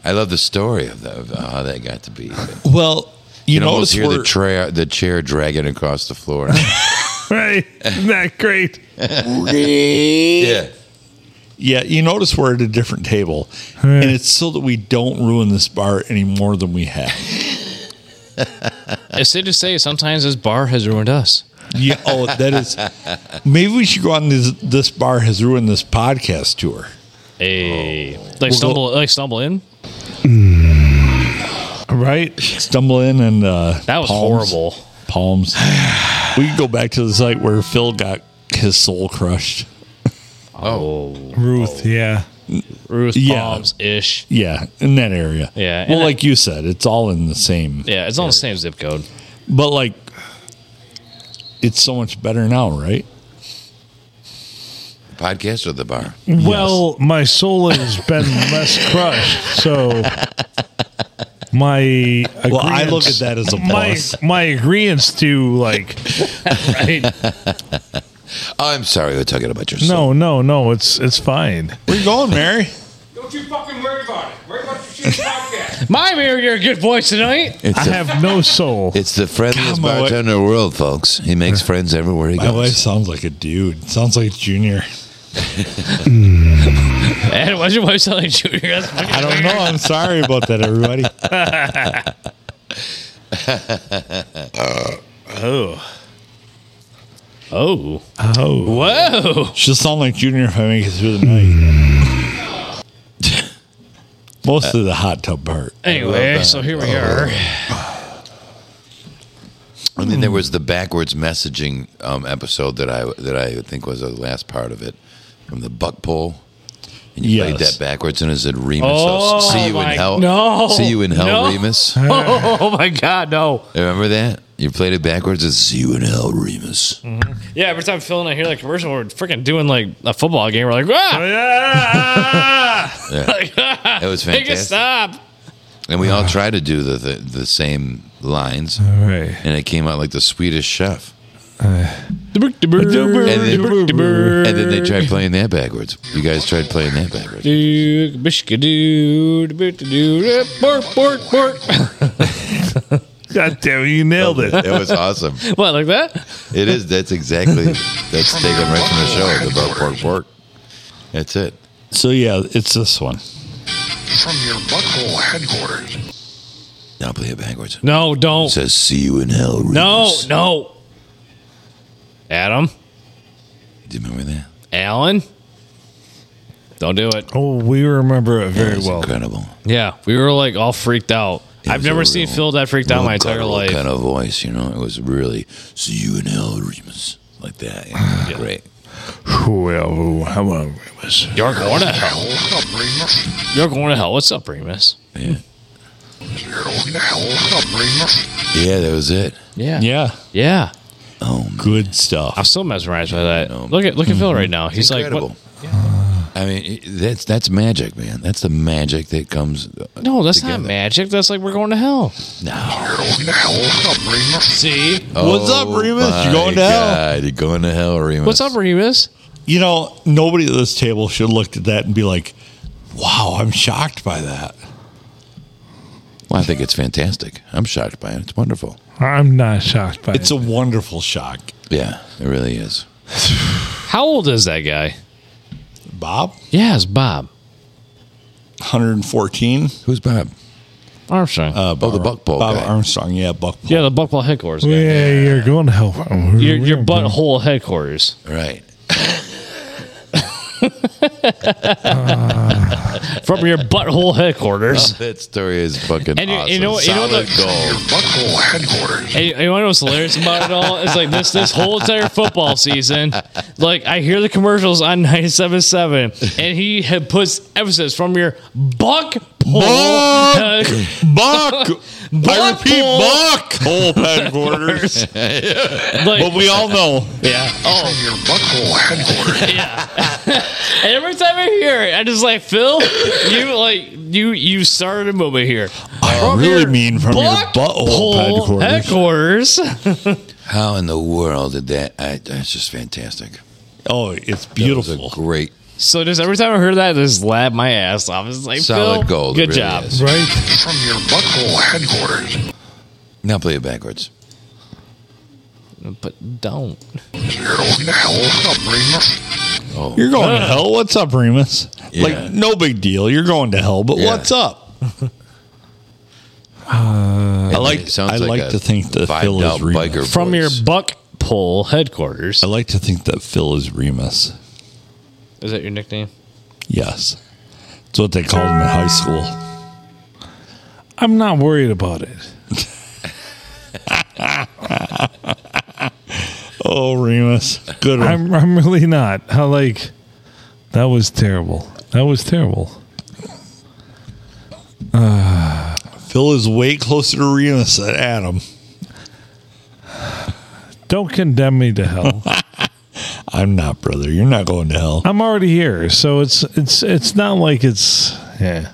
I love the story of, the, of how that got to be. You, Well, you, can notice almost hear we're, the, tra- the chair dragging across the floor. Right? Isn't that great? yeah, yeah, you notice we're at a different table, and it's so that we don't ruin this bar any more than we have. As Sid to say, sometimes this bar has ruined us. yeah, oh, that is. Maybe we should go on this. This bar has ruined this podcast tour. Hey, Oh. like stumble, like stumble in. Right? Stumble in and uh, That was palms- horrible. Palms. we could go back to the site where Phil got his soul crushed. Oh. Ruth, yeah. Ruth Yeah. palms ish. Yeah, in that area. Yeah, and Well, I- like you said, it's all in the same. Yeah, it's on the same zip code. But like, it's so much better now, right? Podcast or the bar? Well, my soul has been less crushed, so my Well, I agreeance- look at that as a my plus. my agreeance to like right? Oh, I'm sorry, we're talking about your soul. No, no, no, it's it's fine. Where you going, Mary? Don't you fucking worry about it. Worry about your shitty podcast. My Mary, you're a good voice tonight. it's I the, have no soul. it's the friendliest God, my wife- bartender in the world, folks. He makes friends everywhere he My wife goes. sounds like a dude. Sounds like Junior. And why's your wife sound like Junior? That's I don't know. I'm sorry about that, everybody. Oh, Oh, whoa! She'll sound like Junior if I make it through the night. Most of the hot tub part. Anyway, so here we are. I mean, Hmm. there was the backwards messaging um, episode that I that I think was the last part of it from the buck pole. And you played Yes. that backwards, and it said Remus. Oh, so see you in my- hell. no, see you in hell, no. Remus. Oh my God, no! Remember that? You played it backwards. It's see you in hell, Remus. Yeah, every time Phil and I hear that commercial, we're freaking doing like a football game. We're like, ah, yeah. like, ah That was make it fantastic. stop. And we all Uh-huh. tried to do the the, the same lines, All right. and it came out like the Swedish Chef. Uh-huh. And then- And And then they tried playing that backwards. You guys tried playing that backwards. What God damn, it, you nailed it. It was awesome. like that? It is. That's exactly. That's taken right from the show. The buck pork pork. That's it. So yeah, it's this one. From your butthole headquarters. Now play it backwards. No, It don't. says see you in hell. Remus. No, no. Adam, Do you remember that? Alan, don't do it. Oh, we remember it That very was well. Incredible. Yeah, we were like all freaked out. It I've was a never seen real- Phil that freaked out real my entire guttural life. Kind of voice, you know. It was really see you in hell, Remus, like that. Yeah, Great. Well, uh, how on, Remus. You're going to hell. What's up, Remus? You're going to hell. What's up, Remus? Yeah. You're going to hell. What's up, Remus? Yeah, that was it. Yeah. Yeah, Yeah. good stuff. I'm still mesmerized by that. No. Mm-hmm. Look at look at Phil right now. He's Incredible. like, I mean, that's that's magic, man. That's the magic that comes. what? no, that's Together. not magic. That's like we're going to hell. No. You're going to hell. What's up, Remus? See, Oh, What's up, Oh Remus? my You going to hell? God, You're going to hell, Remus. what's up, Remus? You know, nobody at this table should have looked at that and be like, "Wow, I'm shocked by that." Well, I think it's fantastic. I'm shocked by it. It's wonderful. I'm not shocked by It's it. a wonderful shock, Yeah, it really is. How old is that guy? Bob. Yeah, it's Bob 114. Who's Bob? Armstrong. Uh, Oh, the buck pole Bob guy. Armstrong. Yeah, buck. pole. yeah, the Buckwall headquarters. yeah, Guy. you're going to hell. Your your butthole headquarters. Right. From your butthole headquarters. That story is fucking And you- you awesome. know- you know Solid what the- gold. Butthole headquarters. And you want to know what's hilarious about it all? It's like this this whole entire football season. Like I hear the commercials on 97.7, and he had puts emphasis from your buck pole. Buck! Buck. I Buck repeat, pole. buck whole headquarters. but like, we all know. yeah. Oh, Your butthole headquarters. and every time I hear it, I just like Phil, you like you you started a movement here. I From really your mean from your Buck butthole pole headquarters. headquarters. How in the world did that? I, that's just fantastic. Oh, it's That was a beautiful. great, So just every time I heard that, I just laughed my ass off. It's like solid Phil, gold. It Good really job. is. right? From your butthole headquarters. Now play it backwards. But don't. You're going to hell. What's up, Remus? You're going to hell. What's up, Remus? Yeah. Like, no big deal. You're going to hell, but Yeah. what's up? I like. It sounds I like like, a to think that vibed Phil out is Remus. biker. From your voice. buck pole headquarters. I like to think that Phil is Remus. Is that your nickname? Yes. That's what they called him in high school. I'm not worried about it. Oh, Remus. Good one. I'm I'm really not. I like that was terrible. That was terrible. Phil is way closer to Remus than Adam. Don't condemn me to hell. I'm not, brother. You're not going to hell. I'm already here, so it's it's it's not like it's yeah.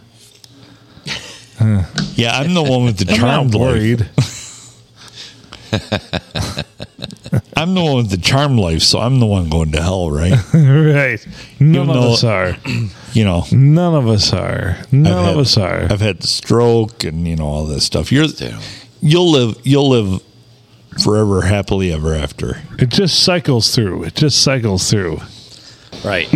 Yeah, I'm the one with the I'm not charmed life. worried. I'm the one with the charmed life, so I'm the one going to hell, right? right. None of Even though- us are. You know, None of us are. None I've of had- us are. I've had the stroke and you know all this stuff. You're Terrible. you'll live you'll live forever happily ever after. It just cycles through. It just cycles through. Right.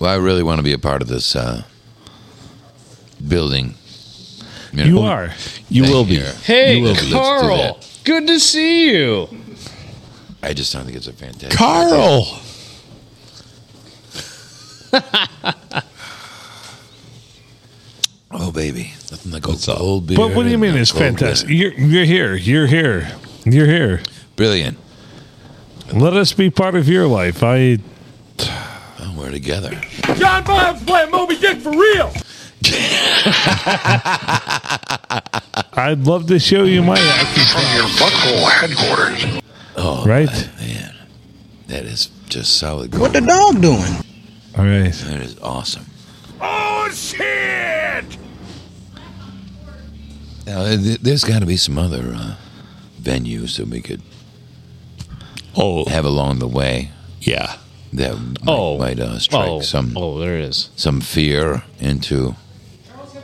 Well, I really want to be a part of this uh, building. You know, are. You thing will be. here. Hey, You will be. Let's do Carl. that. Good to see you. I just don't think it's a fantastic. Carl. Oh baby, nothing like old, old beer. But what do you mean and it's cold fantastic? whiskey. You're you're here. You're here. You're here. Brilliant. Let us be part of your life. I Oh, we're together. John Bob's playing Moby Dick for real. I'd love to show you my acting, From your butthole headquarters. right? Man, that is just solid. What the dog doing? All right. That is awesome. Oh shit! Now th- th- there's got to be some other uh, venues that we could Oh have along the way yeah. that might, Oh. might uh, strike oh, some oh, there it is. some fear into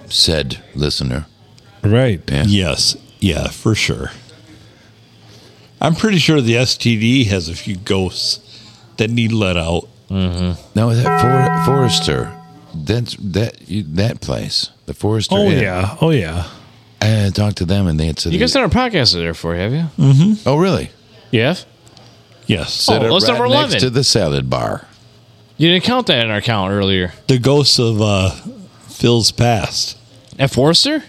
said listener. Right. Yeah. Yes. Yeah, for sure. I'm pretty sure the STD has a few ghosts that need let out. Now that for- Forrester, that's that you, that place, the Forrester. Oh Inn, yeah. Oh yeah. I had talked to them and they had said, You guys done a podcast there for, have you? "Oh really? Yeah. Yes. Oh, That are let's number next 11. to the salad bar." You didn't count that in our count earlier. The ghosts of uh, Phil's past. At Forrester?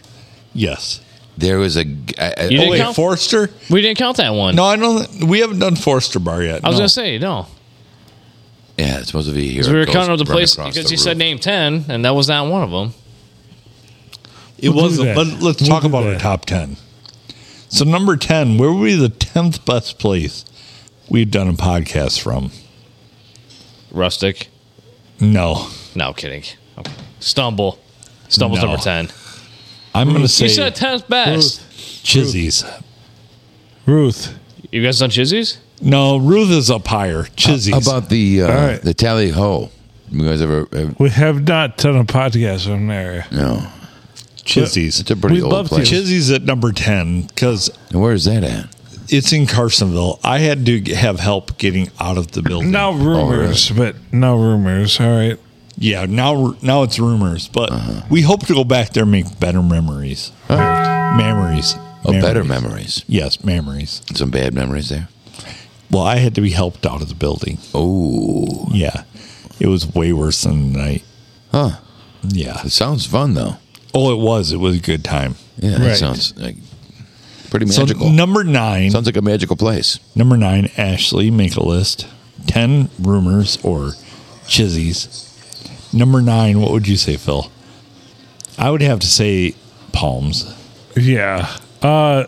Yes. There was a. g- I- I- You Oh didn't wait, count- Forster? We didn't count that one. No, I don't. We haven't done Forster Bar yet. I was no. going to say, no. Yeah, it's supposed to be here. Because we were It goes counting up the running place across because the you said roof. name 10, and that was not one of them. It We'll do wasn't. that. Let, let's We'll talk do about our that. top 10. So, number 10, where would be the 10th best place we've done a podcast from? Rustic. No. No, kidding. Okay. Stumble. Stumble's No. number 10. I'm going to say You said 10th best. Chizzy's. Ruth. You guys done Chizzy's? No, Ruth is up higher. Chizzy's. How about the uh, right. the tally ho? You guys ever? ever We have not done a podcast from there. no, Chizzy's. it's a pretty We'd old love to. place. Chizzy's at number 10 because And where is that at? it's in Carsonville. I had to g- have help getting out of the building. No rumors, but no rumors. All right. Yeah, now now it's rumors, but we hope to go back there and make better memories. Memories. Oh, better Memories. memories. Yes, memories. Some bad memories there. Well, I had to be helped out of the building. Oh, Yeah. It was way worse than the night. huh. Yeah. It sounds fun though. Oh, it was. It was a good time. Yeah, Right. that sounds like pretty So magical. number nine, sounds like a magical place. number nine, Ashley, make a list. Ten rumors or chizzies. Number nine, what would you say, Phil? I would have to say palms. Yeah. Uh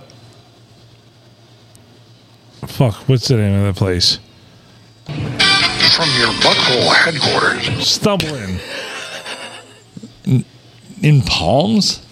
Fuck, what's the name of the place? From your butthole headquarters. Stumbling. In palms?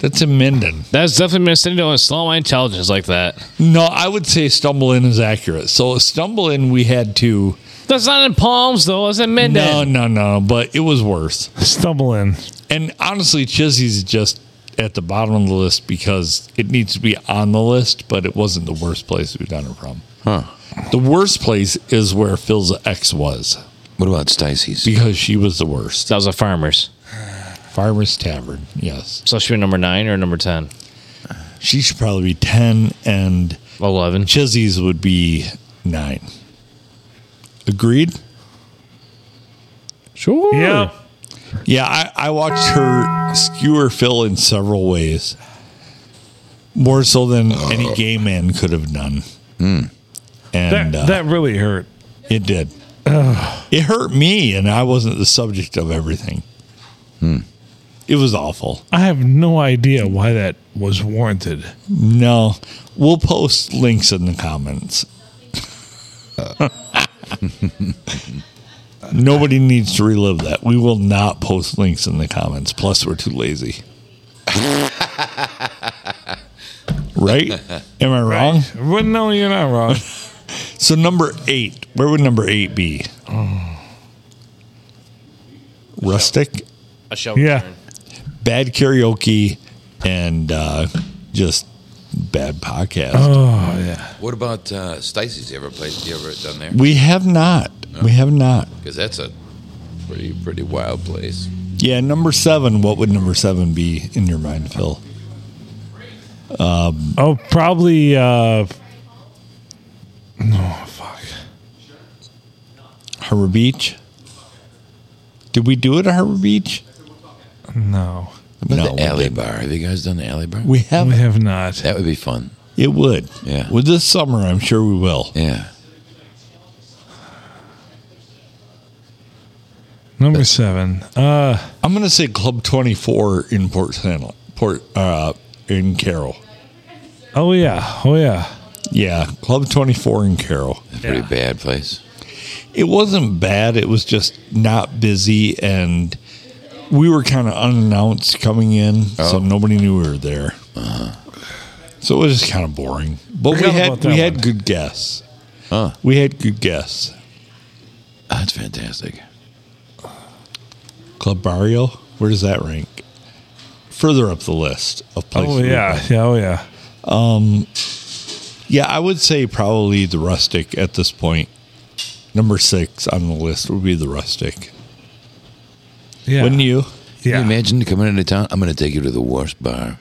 That's in Minden. That's definitely Ministendo and slow my intelligence like that. No, I would say stumble in is accurate. So stumble in, we had to. That's not in Palms, though. It's in No, Minden. no, no, but it was worse. Stumbling. And honestly, Chizzy's just at the bottom of the list because it needs to be on the list, but it wasn't the worst place we've done it from. Huh. The worst place is where Phil's ex was What about Stacy's? because she was the worst. That was a farmer's. Farmer's Tavern, yes. So she was number nine or number 10? She should probably be 10, and Eleven. Chizzy's would be nine. Agreed? Sure. Yeah. Yeah, I, I watched her skewer Phil in several ways, more so than any gay man could have done. That, And uh, that really hurt. it did. It hurt me, and I wasn't the subject of everything. It was awful. I have no idea why that was warranted. No, we'll post links in the comments. Nobody needs to relive that. We will not post links in the comments. Plus, we're too lazy. right? Am I wrong? Well, no, you're not wrong. So, number eight, where would number eight be? Rustic, I shall Yeah. return. bad karaoke, and uh, just bad podcast. Oh yeah. What about uh, Sticy's? You ever played? You ever done there? We have not. We have not. Because that's a pretty pretty wild place. Yeah, number seven. What would number seven be in your mind, Phil? Oh, probably. Uh, no, fuck. Harbor Beach. Did we do it at Harbor Beach? No, But No, we the alley didn't. bar. Have you guys done the alley bar? We have. we have not. that would be fun. It would. Yeah. With this summer, I'm sure we will. Yeah. Number seven. Uh, I'm going to say Club 24 in Port San Port uh, in Carroll. oh yeah. Oh yeah. Yeah, Club 24 in Carroll. Pretty Yeah. bad place. It wasn't bad. It was just not busy, and we were kind of unannounced coming in, so nobody knew we were there. So it was just kind of boring. But we Forgot about had that we had one. good guests. Huh. We had good guests. Oh, that's fantastic. Club Barrio. Where does that rank? Further up the list of places. Oh we've yeah. been. Yeah. Oh yeah. Yeah, I would say probably the rustic at this point. Number six on the list would be the rustic. Yeah. Wouldn't you? yeah. Can you imagine coming into town? I'm going to take you to the worst bar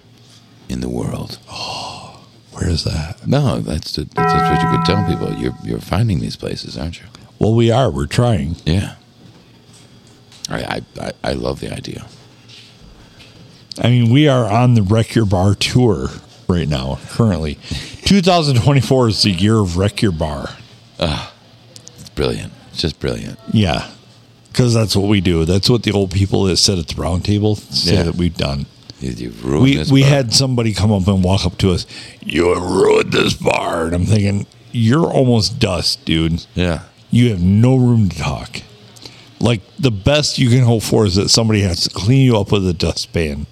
in the world. Where is that? No, that's the, that's what you could tell people. You're you're finding these places, aren't you? Well, we are. We're trying. Yeah. I I, I, I love the idea. I mean, we are on the Wreck Your Bar tour right now, currently. 2024 is the year of Wreck Your Bar. It's brilliant. It's just brilliant. Yeah. Because that's what we do. That's what the old people that sit at the round table say Yeah. that we've done. You, you've ruined We, this we bar. had somebody come up and walk up to us, You have ruined this bar. And I'm thinking, You're almost dust, dude. yeah. You have no room to talk. Like, the best you can hope for is that somebody has to clean you up with a dustpan.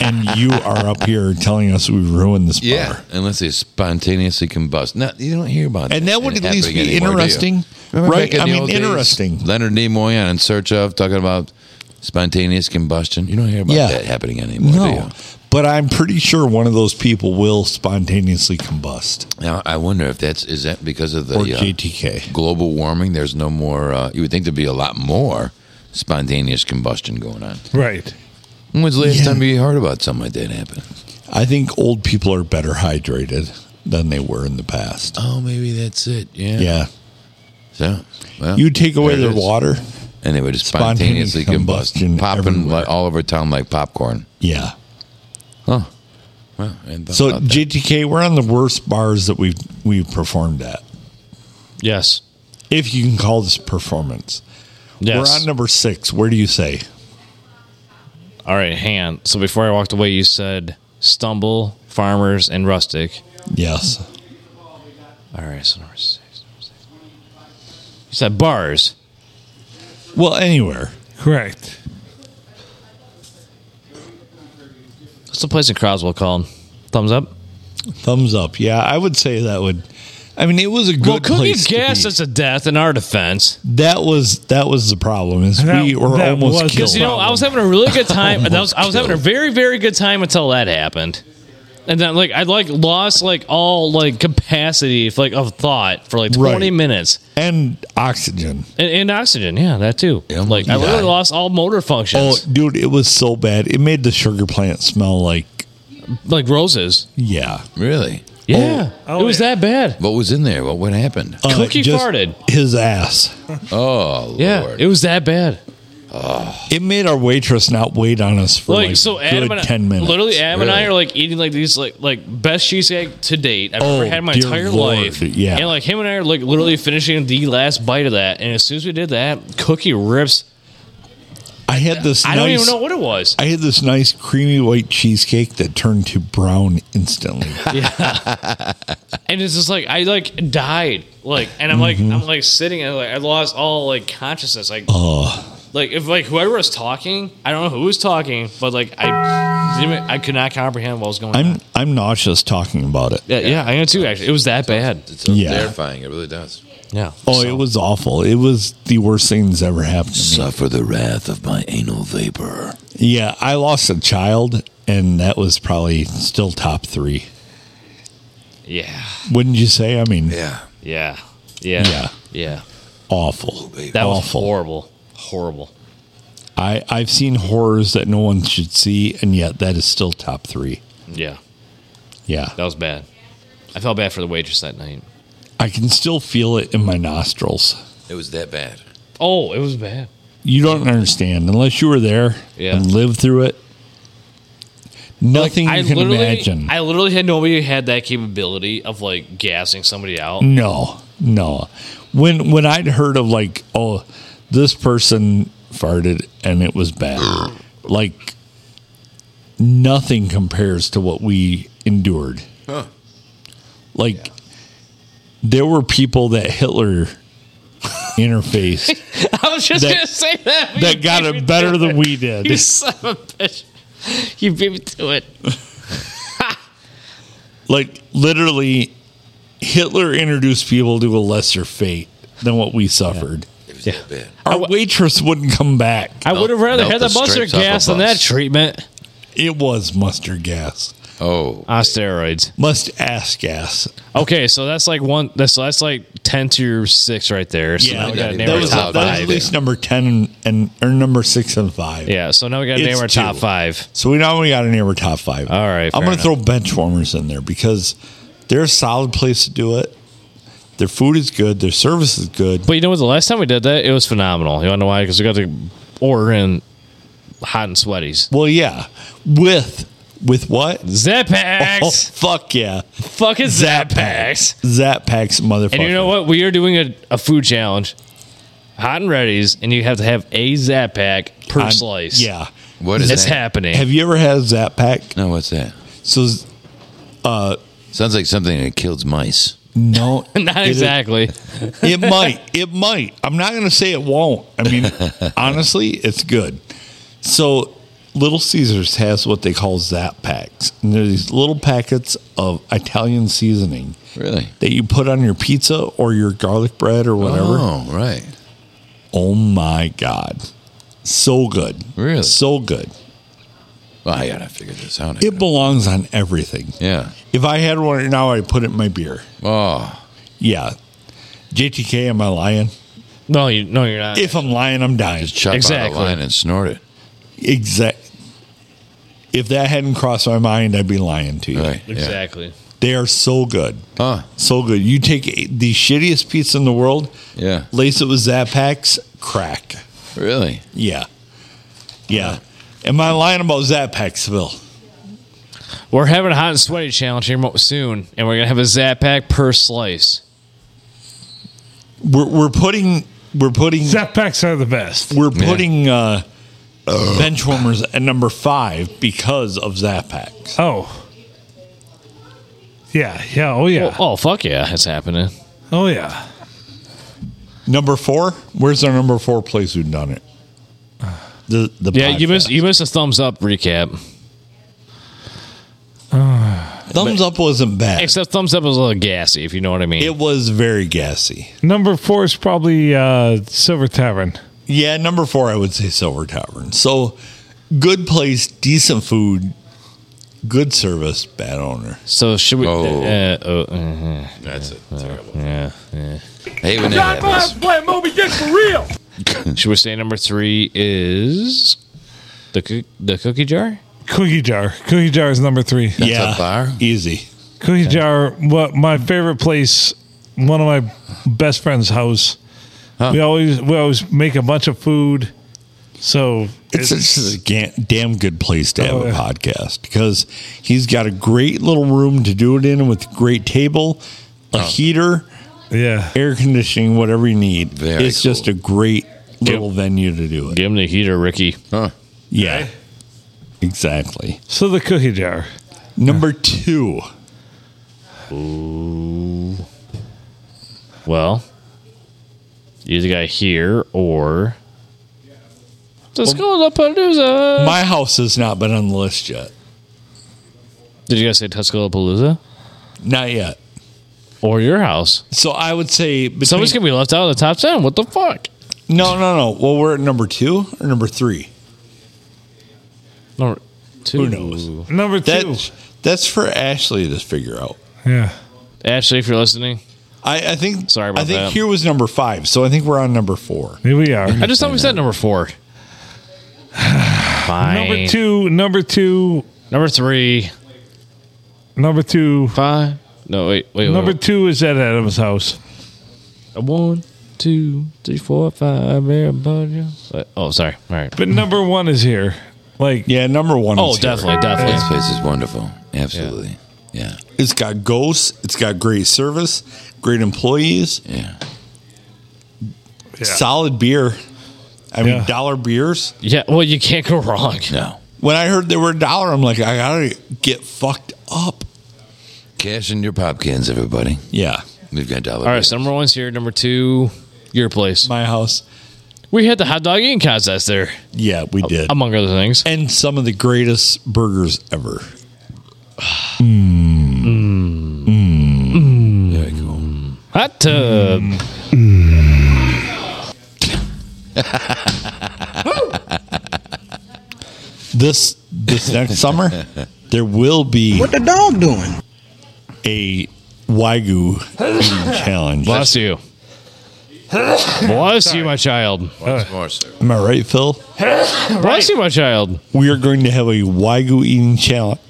and you are up here telling us we ruined this bar. unless they spontaneously combust. Now you don't hear about that. And that would at least happening be anymore, do you? interesting, Remember right? back in I the mean, old days, interesting. Leonard Nimoy on In Search of talking about spontaneous combustion. You don't hear about Yeah. that happening anymore, do you? No, but I'm pretty sure one of those people will spontaneously combust Now I wonder if that's is that because of the or uh, JTK. global warming. There's no more. Uh, you would think there'd be a lot more spontaneous combustion going on. Right. When was the last Yeah. time you heard about something like that happen? I think old people are better hydrated than they were in the past. Oh, maybe that's it. Yeah. Yeah, So well, you take away there their it is. water. and they would just Spontaneous spontaneously combust, combustion popping everywhere. like, all over town like popcorn. Yeah. Huh. Well, and So JTK, we're on the worst bars that we've we've performed at, Yes. if you can call this performance. We're Yes. on number six. Where do you say? All right, hang on. So before I walked away, you said stumble, farmers, and rustic. Yes. All right, so number six. Number six. You said bars. Well, anywhere. Correct. What's the place in Croswell called? Thumbs up. Thumbs up. Yeah, I would say that would. I mean, it was a good well, could you place. to guess be. it's a death in our defense? That was that was the problem. Is That- we were that almost was- killed. Because you know, I was having a really good time. That was, I was having a very, very good time until that happened, and then like I like lost like all like capacity if, like of thought for like twenty Right. minutes and oxygen. and, and oxygen. Yeah, that too. Yeah, I'm like like, I literally yeah. lost all motor Oh, functions, dude, it was so bad. It oh. made the sugar plant smell like like roses. yeah. really, Yeah, Oh, it was yeah. that bad. What was in there? What what happened? Uh, Cookie just farted. His ass. Oh, Yeah, Lord. it was that bad. It made our waitress not wait on us for like, Like so, Adam good and I, ten minutes. literally Adam and I Really? are like eating like these like like best cheesecake to date I've ever Oh, had in my dear entire Lord, life. yeah. and like him and I are like literally finishing the last bite of that, and as soon as we did that, Cookie rips. I had this. I nice, don't even know what it was. I had this nice creamy white cheesecake that turned to brown instantly. and it's just like I like died, like, and I'm like Mm-hmm. I'm like sitting and like I lost all like consciousness, like, like if like whoever was talking, I don't know who was talking, but like I, didn't, I could not comprehend what was going on. I'm I'm nauseous talking about it. Yeah, yeah, I am too. Actually, it was that bad. It's so Yeah. terrifying. It really does. Yeah. Oh, it was awful. It was the worst thing that's ever happened to me. Suffer the wrath of my anal vapor. Yeah, I lost a child, and that was probably still top three. Yeah. Wouldn't you say? I mean, Yeah. Yeah. Yeah. Yeah. Yeah. awful. That was awful. horrible. Horrible. I, I've seen horrors that no one should see, and yet that is still top three. Yeah. Yeah. That was bad. I felt bad for the waitress that night. I can still feel it in my nostrils. It was that bad. Oh, it was bad. You don't understand unless you were there Yeah. and lived through it. Nothing I you can literally, imagine. I literally had nobody who had that capability of like gassing somebody out. no, no. When when I'd heard of like, oh, this person farted and it was bad. like nothing compares to what we endured. Like there were people that Hitler interfaced I was just That- gonna say that. but that you got beat me it better to than it. we did. You son of a bitch. You beat me to it. like literally Hitler introduced people to a lesser fate than what we suffered. It was that bad. Our waitress wouldn't come back. I would have rather melt had the the mustard stripes off a gas than bus. that treatment. It was mustard gas. Oh. Ah, steroids. Must ass gas. Okay, so that's like one. That's so that's like ten to six right there. So now we Yeah, got that, to gotta name that our was, top that was five. at least number ten and, and or number six and five. Yeah, so now we got to name It's our top two. five. So we now we got a neighbor top five. All right, fair I'm going enough. to throw bench warmers in there because they're a solid place to do it. Their food is good. Their service is good. But you know what? The last time we did that, it was phenomenal. You want to know why? Because we got to order in hot and sweaties. Well, yeah, with with what? Zap Oh, packs, fuck yeah. fucking zap packs. Zap packs, motherfucker. And you know what? We are doing a, a food challenge, hot and ready's, and you have to have a zap pack per I'm- slice. Yeah. What is it's that? happening. Have you ever had a Zap Pack? No, what's that? So, Sounds like something that kills mice. no. Not it- exactly. It, might. It might. I'm not going to say it won't. I mean, honestly, it's good. So, Little Caesars has what they call Zap Packs. And they're these little packets of Italian seasoning Really? that you put on your pizza or your garlic bread or whatever. Oh, right. oh my God. So good. Really? So good. Well, I gotta figure this out. It belongs on everything. yeah. If I had one right now, I'd put it in my beer. Oh, Yeah. JTK, am I lying? No, you no, you're not. If I'm lying, I'm dying. just chop Exactly. out a line and snort it. Exact. If that hadn't crossed my mind, I'd be lying to you. Right. Yeah. exactly. They are so good. Huh. So good. You take a- the shittiest pizza in the world, Yeah. lace it with Zapax, crack. Really? Yeah. Uh-huh. Yeah. Am I lying about Zapaxville? We're having a hot and sweaty challenge here mo- soon, and we're gonna have a zap pack per slice. We're, we're putting, we're putting, Zap packs are the best. we're putting, uh, bench warmers at number five because of Zapax. Oh. Yeah, yeah, oh yeah. Oh, oh, fuck yeah, it's happening. Oh yeah. Number four? Where's our number four place we've done it? The the Yeah, you podcast. missed you missed a thumbs up recap. thumbs up wasn't bad. Except thumbs up was a little gassy, if you know what I mean. it was very gassy. Number four is probably uh Silver Tavern. Yeah, number four I would say Silver Tavern. So good place, decent food, good service, bad owner. so should we? Oh. Uh, oh, uh, That's it. yeah, yeah. Hey, when that happens. Should we say number three is the coo- the cookie jar? Cookie jar. Cookie jar is number three. That's a bar? Easy. Cookie jar. What my favorite place? One of my best friend's house. We always we always make a bunch of food. So It's, it's, a ga- damn good place to have Oh, a yeah. podcast because he's got a great little room to do it in with a great table, a heater, yeah. air conditioning, whatever you need. Very it's just a great little venue to do it. Give him the heater, Ricky. Huh. Yeah. Exactly. So the cookie jar. Number two. Well, you either got here or. Let's go to Palooza. My house has not been on the list yet. Did you guys say Tuscola Palooza? Not yet. Or your house? So I would say between, Someone's going to be left out of the top 10. What the fuck? no, no, no. Well, we're at number two or number three. Number two. Who knows? Number two. That, that's for Ashley to figure out. yeah. Ashley, if you're listening, I, I think. Sorry about I think that. here was number five, so I think we're on number four. Here we are. I just thought we said number four. Fine. Number two. Number two. Number three. Number two. Five. No, wait, wait, wait. Number wait. two is at Adam's house. One, two, three, four, five. Everybody. What? Oh, sorry. All right. But number one is here. Like Yeah, number one. Oh, is here. definitely, definitely. This place is wonderful. Absolutely. Yeah. It's got ghosts. It's got great service, great employees, Yeah. solid beer. I mean, Yeah. dollar beers. Yeah. Well, you can't go wrong. No. When I heard they were a dollar, I'm like, I gotta get fucked up. Cash in your pop cans, everybody. Yeah, We've got dollar. All right. bills. So number one's here. Number two, your place. my house. We had the hot dog eating contest there, Yeah, Oh, we did. among other things. and some of the greatest burgers ever. Very cool. Hot tub. This this next summer, there will be What the dog doing? a wagyu eating challenge. Bless you. Bless you, my child. More, sir. Am I right, Phil? Bless you, my child. we are going to have a wagyu eating challenge.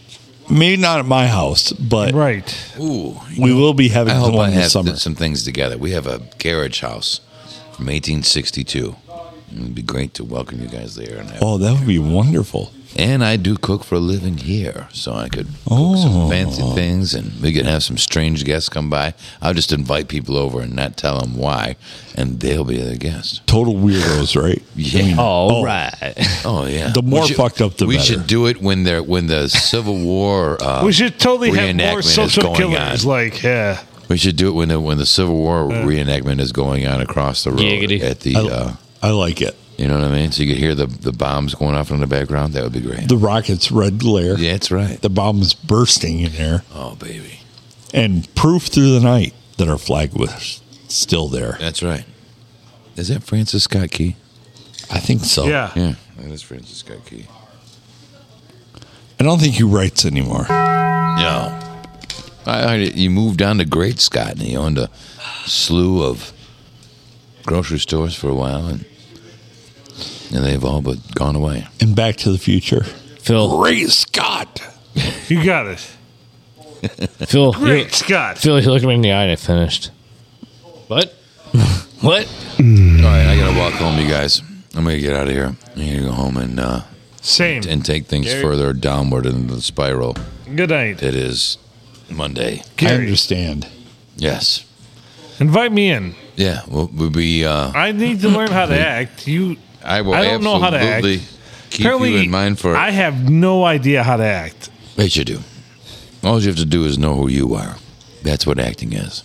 Maybe not at my house, but right. Ooh. we will be having I hope I one have this summer. some things together. We have a carriage house from 1862. It'd be great to welcome you guys there. And, have- Oh, that would be wonderful. and I do cook for a living here, so I could cook Oh. some fancy things, and we could have some strange guests come by. I'll just invite people over and not tell them why, and they'll be the guest. Total weirdos, right? Yeah. All right. Oh yeah. Oh. The more We should- fucked up, the we better. should do it when the when the Civil War. Uh, We should totally have reenactment more is social going killers. on. Like yeah. We should do it when the when the Civil War reenactment is going on across the road Giggity. at the. I, Uh, I like it. you know what I mean? So you could hear the, the bombs going off in the background. That would be great. The rocket's red glare. yeah, that's right. The bombs bursting in air oh baby, and proof through the night that our flag was still there. that's right. Is that Francis Scott Key? I think so. Yeah. Oh, Yeah, that is Francis Scott Key. I don't think he writes anymore. No, I heard it- you moved on to Great Scott, and he owned a slew of grocery stores for a while, and and they've all but gone away. And Back to the Future. Phil, Ray Scott. You got it. Phil, you, Great Scott. Phil, you looked me in the eye and I finished. What? what? Mm. All right, I gotta walk home, you guys. I'm gonna get out of here. I need to go home and uh, Same. and take things further downward into the spiral. Good night. It is Monday. I Gary, understand. Yes. invite me in. Yeah. Well, we'll be. Uh, I need to learn how to act. You I will I don't know absolutely how to act. keep you in mind for it. I have no idea how to act. Yes, you do. All you have to do is know who you are. That's what acting is.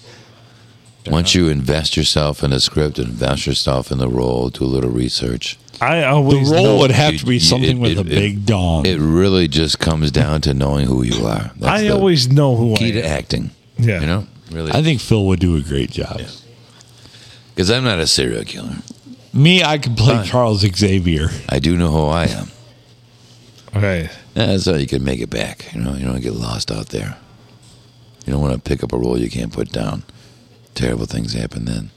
Once you invest yourself in a script, invest yourself in the role, do a little research. I The always role know- would have You- to be you- something it- with it- a it- big dong. It really just comes down to knowing who you are. That's Um, I the always know who I key to am. acting. Yeah. You know, really. I think Phil would do a great job. Because I'm not a serial killer. Me, I could play Charles Xavier. I do know who I am. Right. That's how you can make it back. You know, you don't get lost out there. You don't want to pick up a role you can't put down. Terrible things happen then.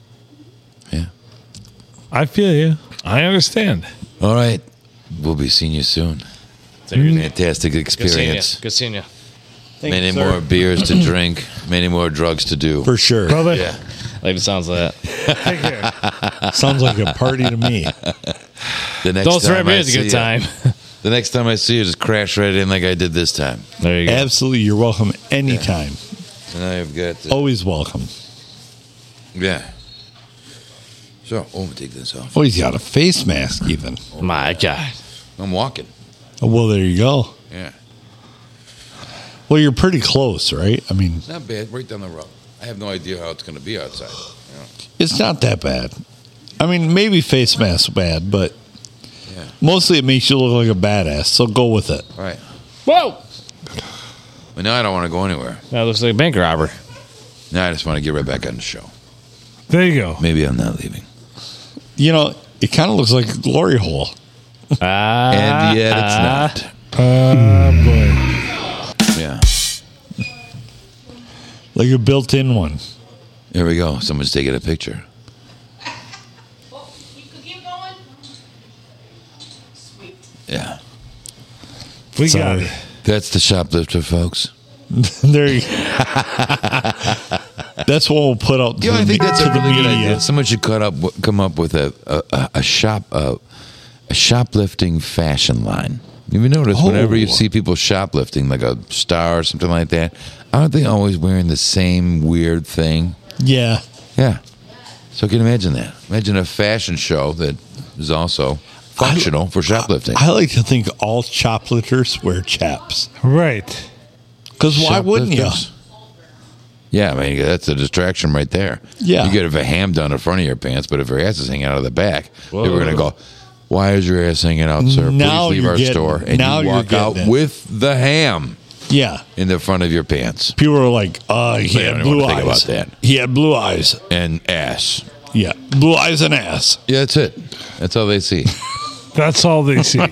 Yeah. I feel you. I understand. All right. We'll be seeing you soon. Good Fantastic seeing you. experience. Good seeing you. Thank Many you, sir. more beers to drink, many more drugs to do. For sure. Brother, Like it sounds like that. take care. Sounds like a party to me. The next Those rib time I is a see good time. You, the next time I see you, just crash right in like I did this time. There you go. Absolutely. You're welcome anytime. And I've got Oh. the, Always welcome. yeah. So, oh, take this off. Oh, he's got a face mask even. My God. I'm walking. Oh, well, there you go. Yeah, Well, you're pretty close, right? I mean, it's not bad. Right down the road. I have no idea how it's going to be outside. you know. it's not that bad. I mean, maybe face mask's bad, but Yeah. mostly it makes you look like a badass. So go with it. All right. Whoa! But now I don't want to go anywhere. That looks like a bank robber. Now I just want to get right back on the show. There you go. Maybe I'm not leaving. You know, it kind of looks like a glory hole. Ah. And yet it's not. ah. Uh, boy. Yeah. Like a built in one. Here we go. Someone's taking a picture. You could keep going. Sweet. Yeah. We got Sorry. it. That's the shoplifter, folks. there you That's what we'll put out to, You know, I the, think me- that's to a the really good media. idea. Someone should cut up, come up with a a, a, a shop a, a shoplifting fashion line. You notice whenever you Oh. see people shoplifting, like a star or something like that, aren't they always wearing the same weird thing? Yeah. Yeah. So I can imagine that. Imagine a fashion show that is also functional for shoplifting. I like to think all shoplifters wear chaps. Right. Because why wouldn't you? Shoplifters. Yeah, I mean that's a distraction right there. Yeah. you could have a ham down in front of your pants, but if your ass is hanging out of the back, they were gonna go. Why is your ass hanging out, sir? Now Please leave you're our getting- store. And now you you're walk getting out it. with the ham Yeah. in the front of your pants People are like, uh, he They had don't even blue wanna think eyes. about that. He had blue eyes. and ass. Yeah. Blue eyes and ass. Yeah, that's it. That's all they see. That's all they see. all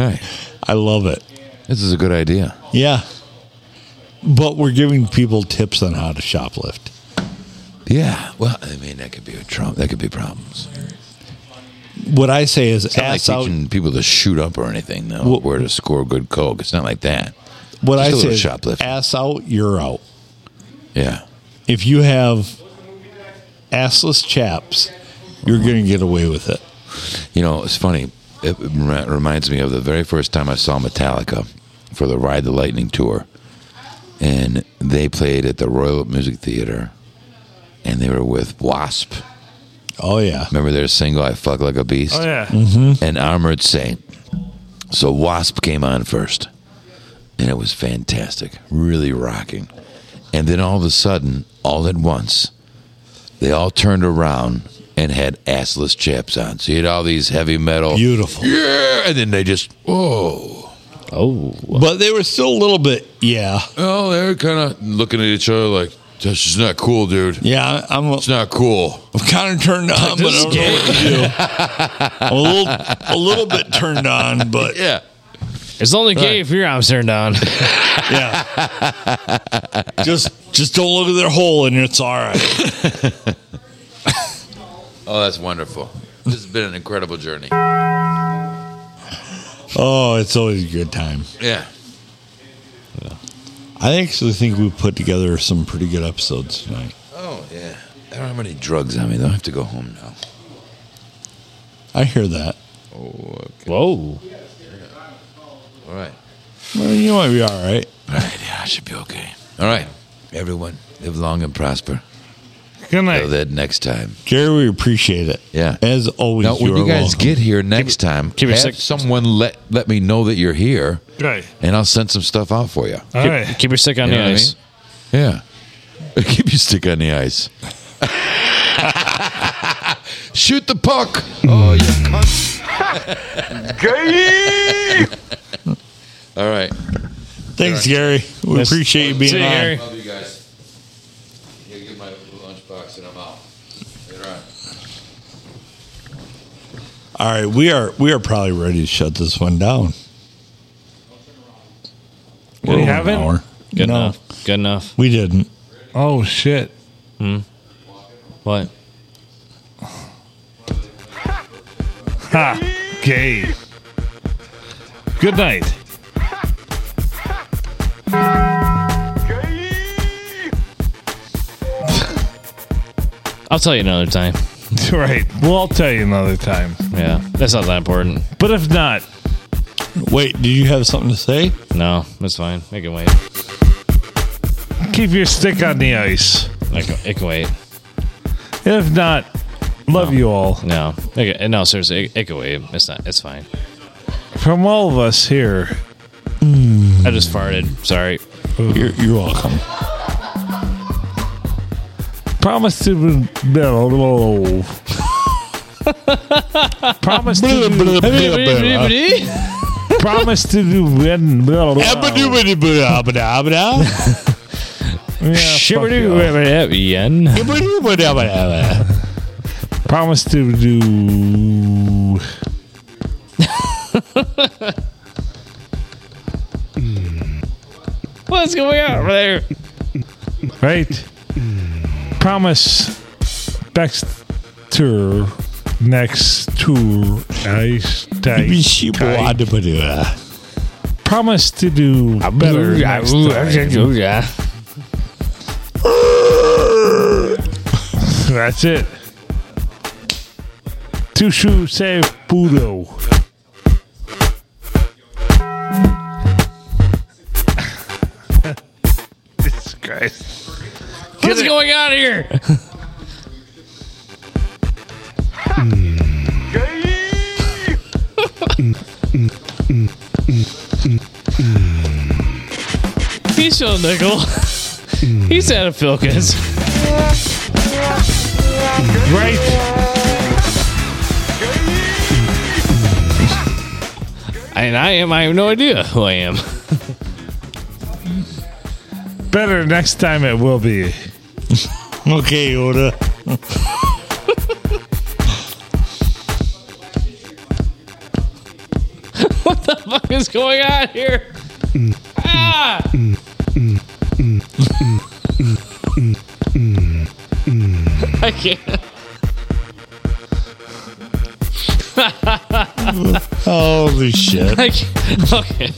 right, I love it. this is a good idea. Yeah. But we're giving people tips on how to shoplift. Yeah. Well, I mean that could be a Trump. That could be problems. What I say is It's not like ass out. teaching people to shoot up or anything. No, Well- where to score good coke. It's not like that. What just I a say little is shoplift. ass out, you're out. Yeah. If you have assless chaps, you're going to get away with it. You know, it's funny. It remi- reminds me of the very first time I saw Metallica for the Ride the Lightning tour. And they played at the Royal Music Theater. And they were with Wasp. Oh, yeah. Remember their single, I Fuck Like a Beast? Oh, yeah. And Armored Saint. So Wasp came on first. And it was fantastic, really rocking. And then all of a sudden, all at once, they all turned around and had assless chaps on. So you had all these heavy metal Beautiful. yeah, and then they just whoa. Oh. But they were still a little bit, yeah. Oh, they're kind of looking at each other like this is not cool, dude. Yeah, I'm, I'm It's not cool. kind of turned on, but I This don't know what to do. I'm a little, a little bit turned on, but Yeah, It's only gay if your arm's turned on. yeah. Just, just don't look at their hole, and it's all right. Oh, that's wonderful. This has been an incredible journey. Oh, it's always a good time. Yeah. I actually think we put together some pretty good episodes tonight. Oh yeah. I don't have any drugs on me though. I have to go home now. I hear that. Oh, okay. Whoa. All right. Well, you might be all right. All right. Yeah, I should be okay. All right. Everyone, live long and prosper. Good night. Till that next time. Jerry, we appreciate it. Yeah. As always, Now, you when are you guys welcome. get here next time, give it have six- someone let let me know that you're here, Right. and I'll send some stuff out for you. All right. Keep your stick on You the know what I ice. Yeah. Keep your stick on the ice. Shoot the puck. Oh, you cunt. All right. Thanks, Gary. We Yes. appreciate you See being you, Gary. on. Love you guys. Here, get my lunchbox and I'm out. Later on. All right, we are we are probably ready to shut this one down. We over an haven't? hour. Good no, enough. Good enough. we didn't. Oh, shit. What? Ha. Gay. Good night. I'll tell you another time. right. Well, I'll tell you another time. Yeah, that's not that important. But if not, Wait, do you have something to say? No, that's fine. It can wait. keep your stick on the ice. It can, it can wait. If not, love you all. No, it can, no, seriously, it, it can wait. It's not. It's fine. From all of us here, I just farted. Sorry. You're, you're welcome. promise to blah, blah, blah. promise to do, promise to do blah, blah, blah. That's Yeah, fuck you all. Yen. promise to do What's going on over there? right. promise next tour next tour ice dice kite. promise to do better next time. yeah. That's it. Tushu save Budo. Jesus Christ. What's going on here? He's still nickel. He's out of Filkins. Right? And I am. I have no idea who I am. Better next time it will be. Okay, Yoda. What is going on here? Ah! I can't. Holy shit. I can't. Okay.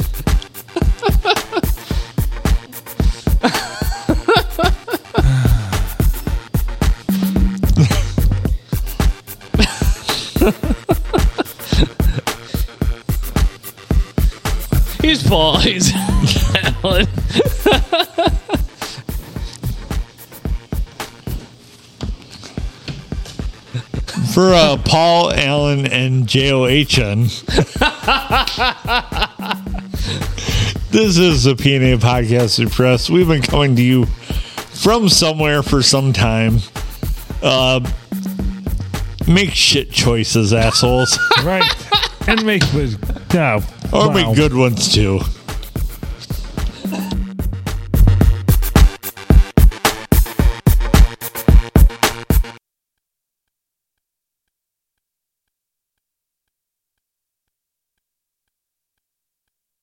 He's Paul. He's Alan. For uh, Paul, Allen, and JOHN, this is the PNA Podcast Press. We've been coming to you from somewhere for some time. Uh, make shit choices, assholes. Right? and make with. No. Or wow. Oh, make good ones too.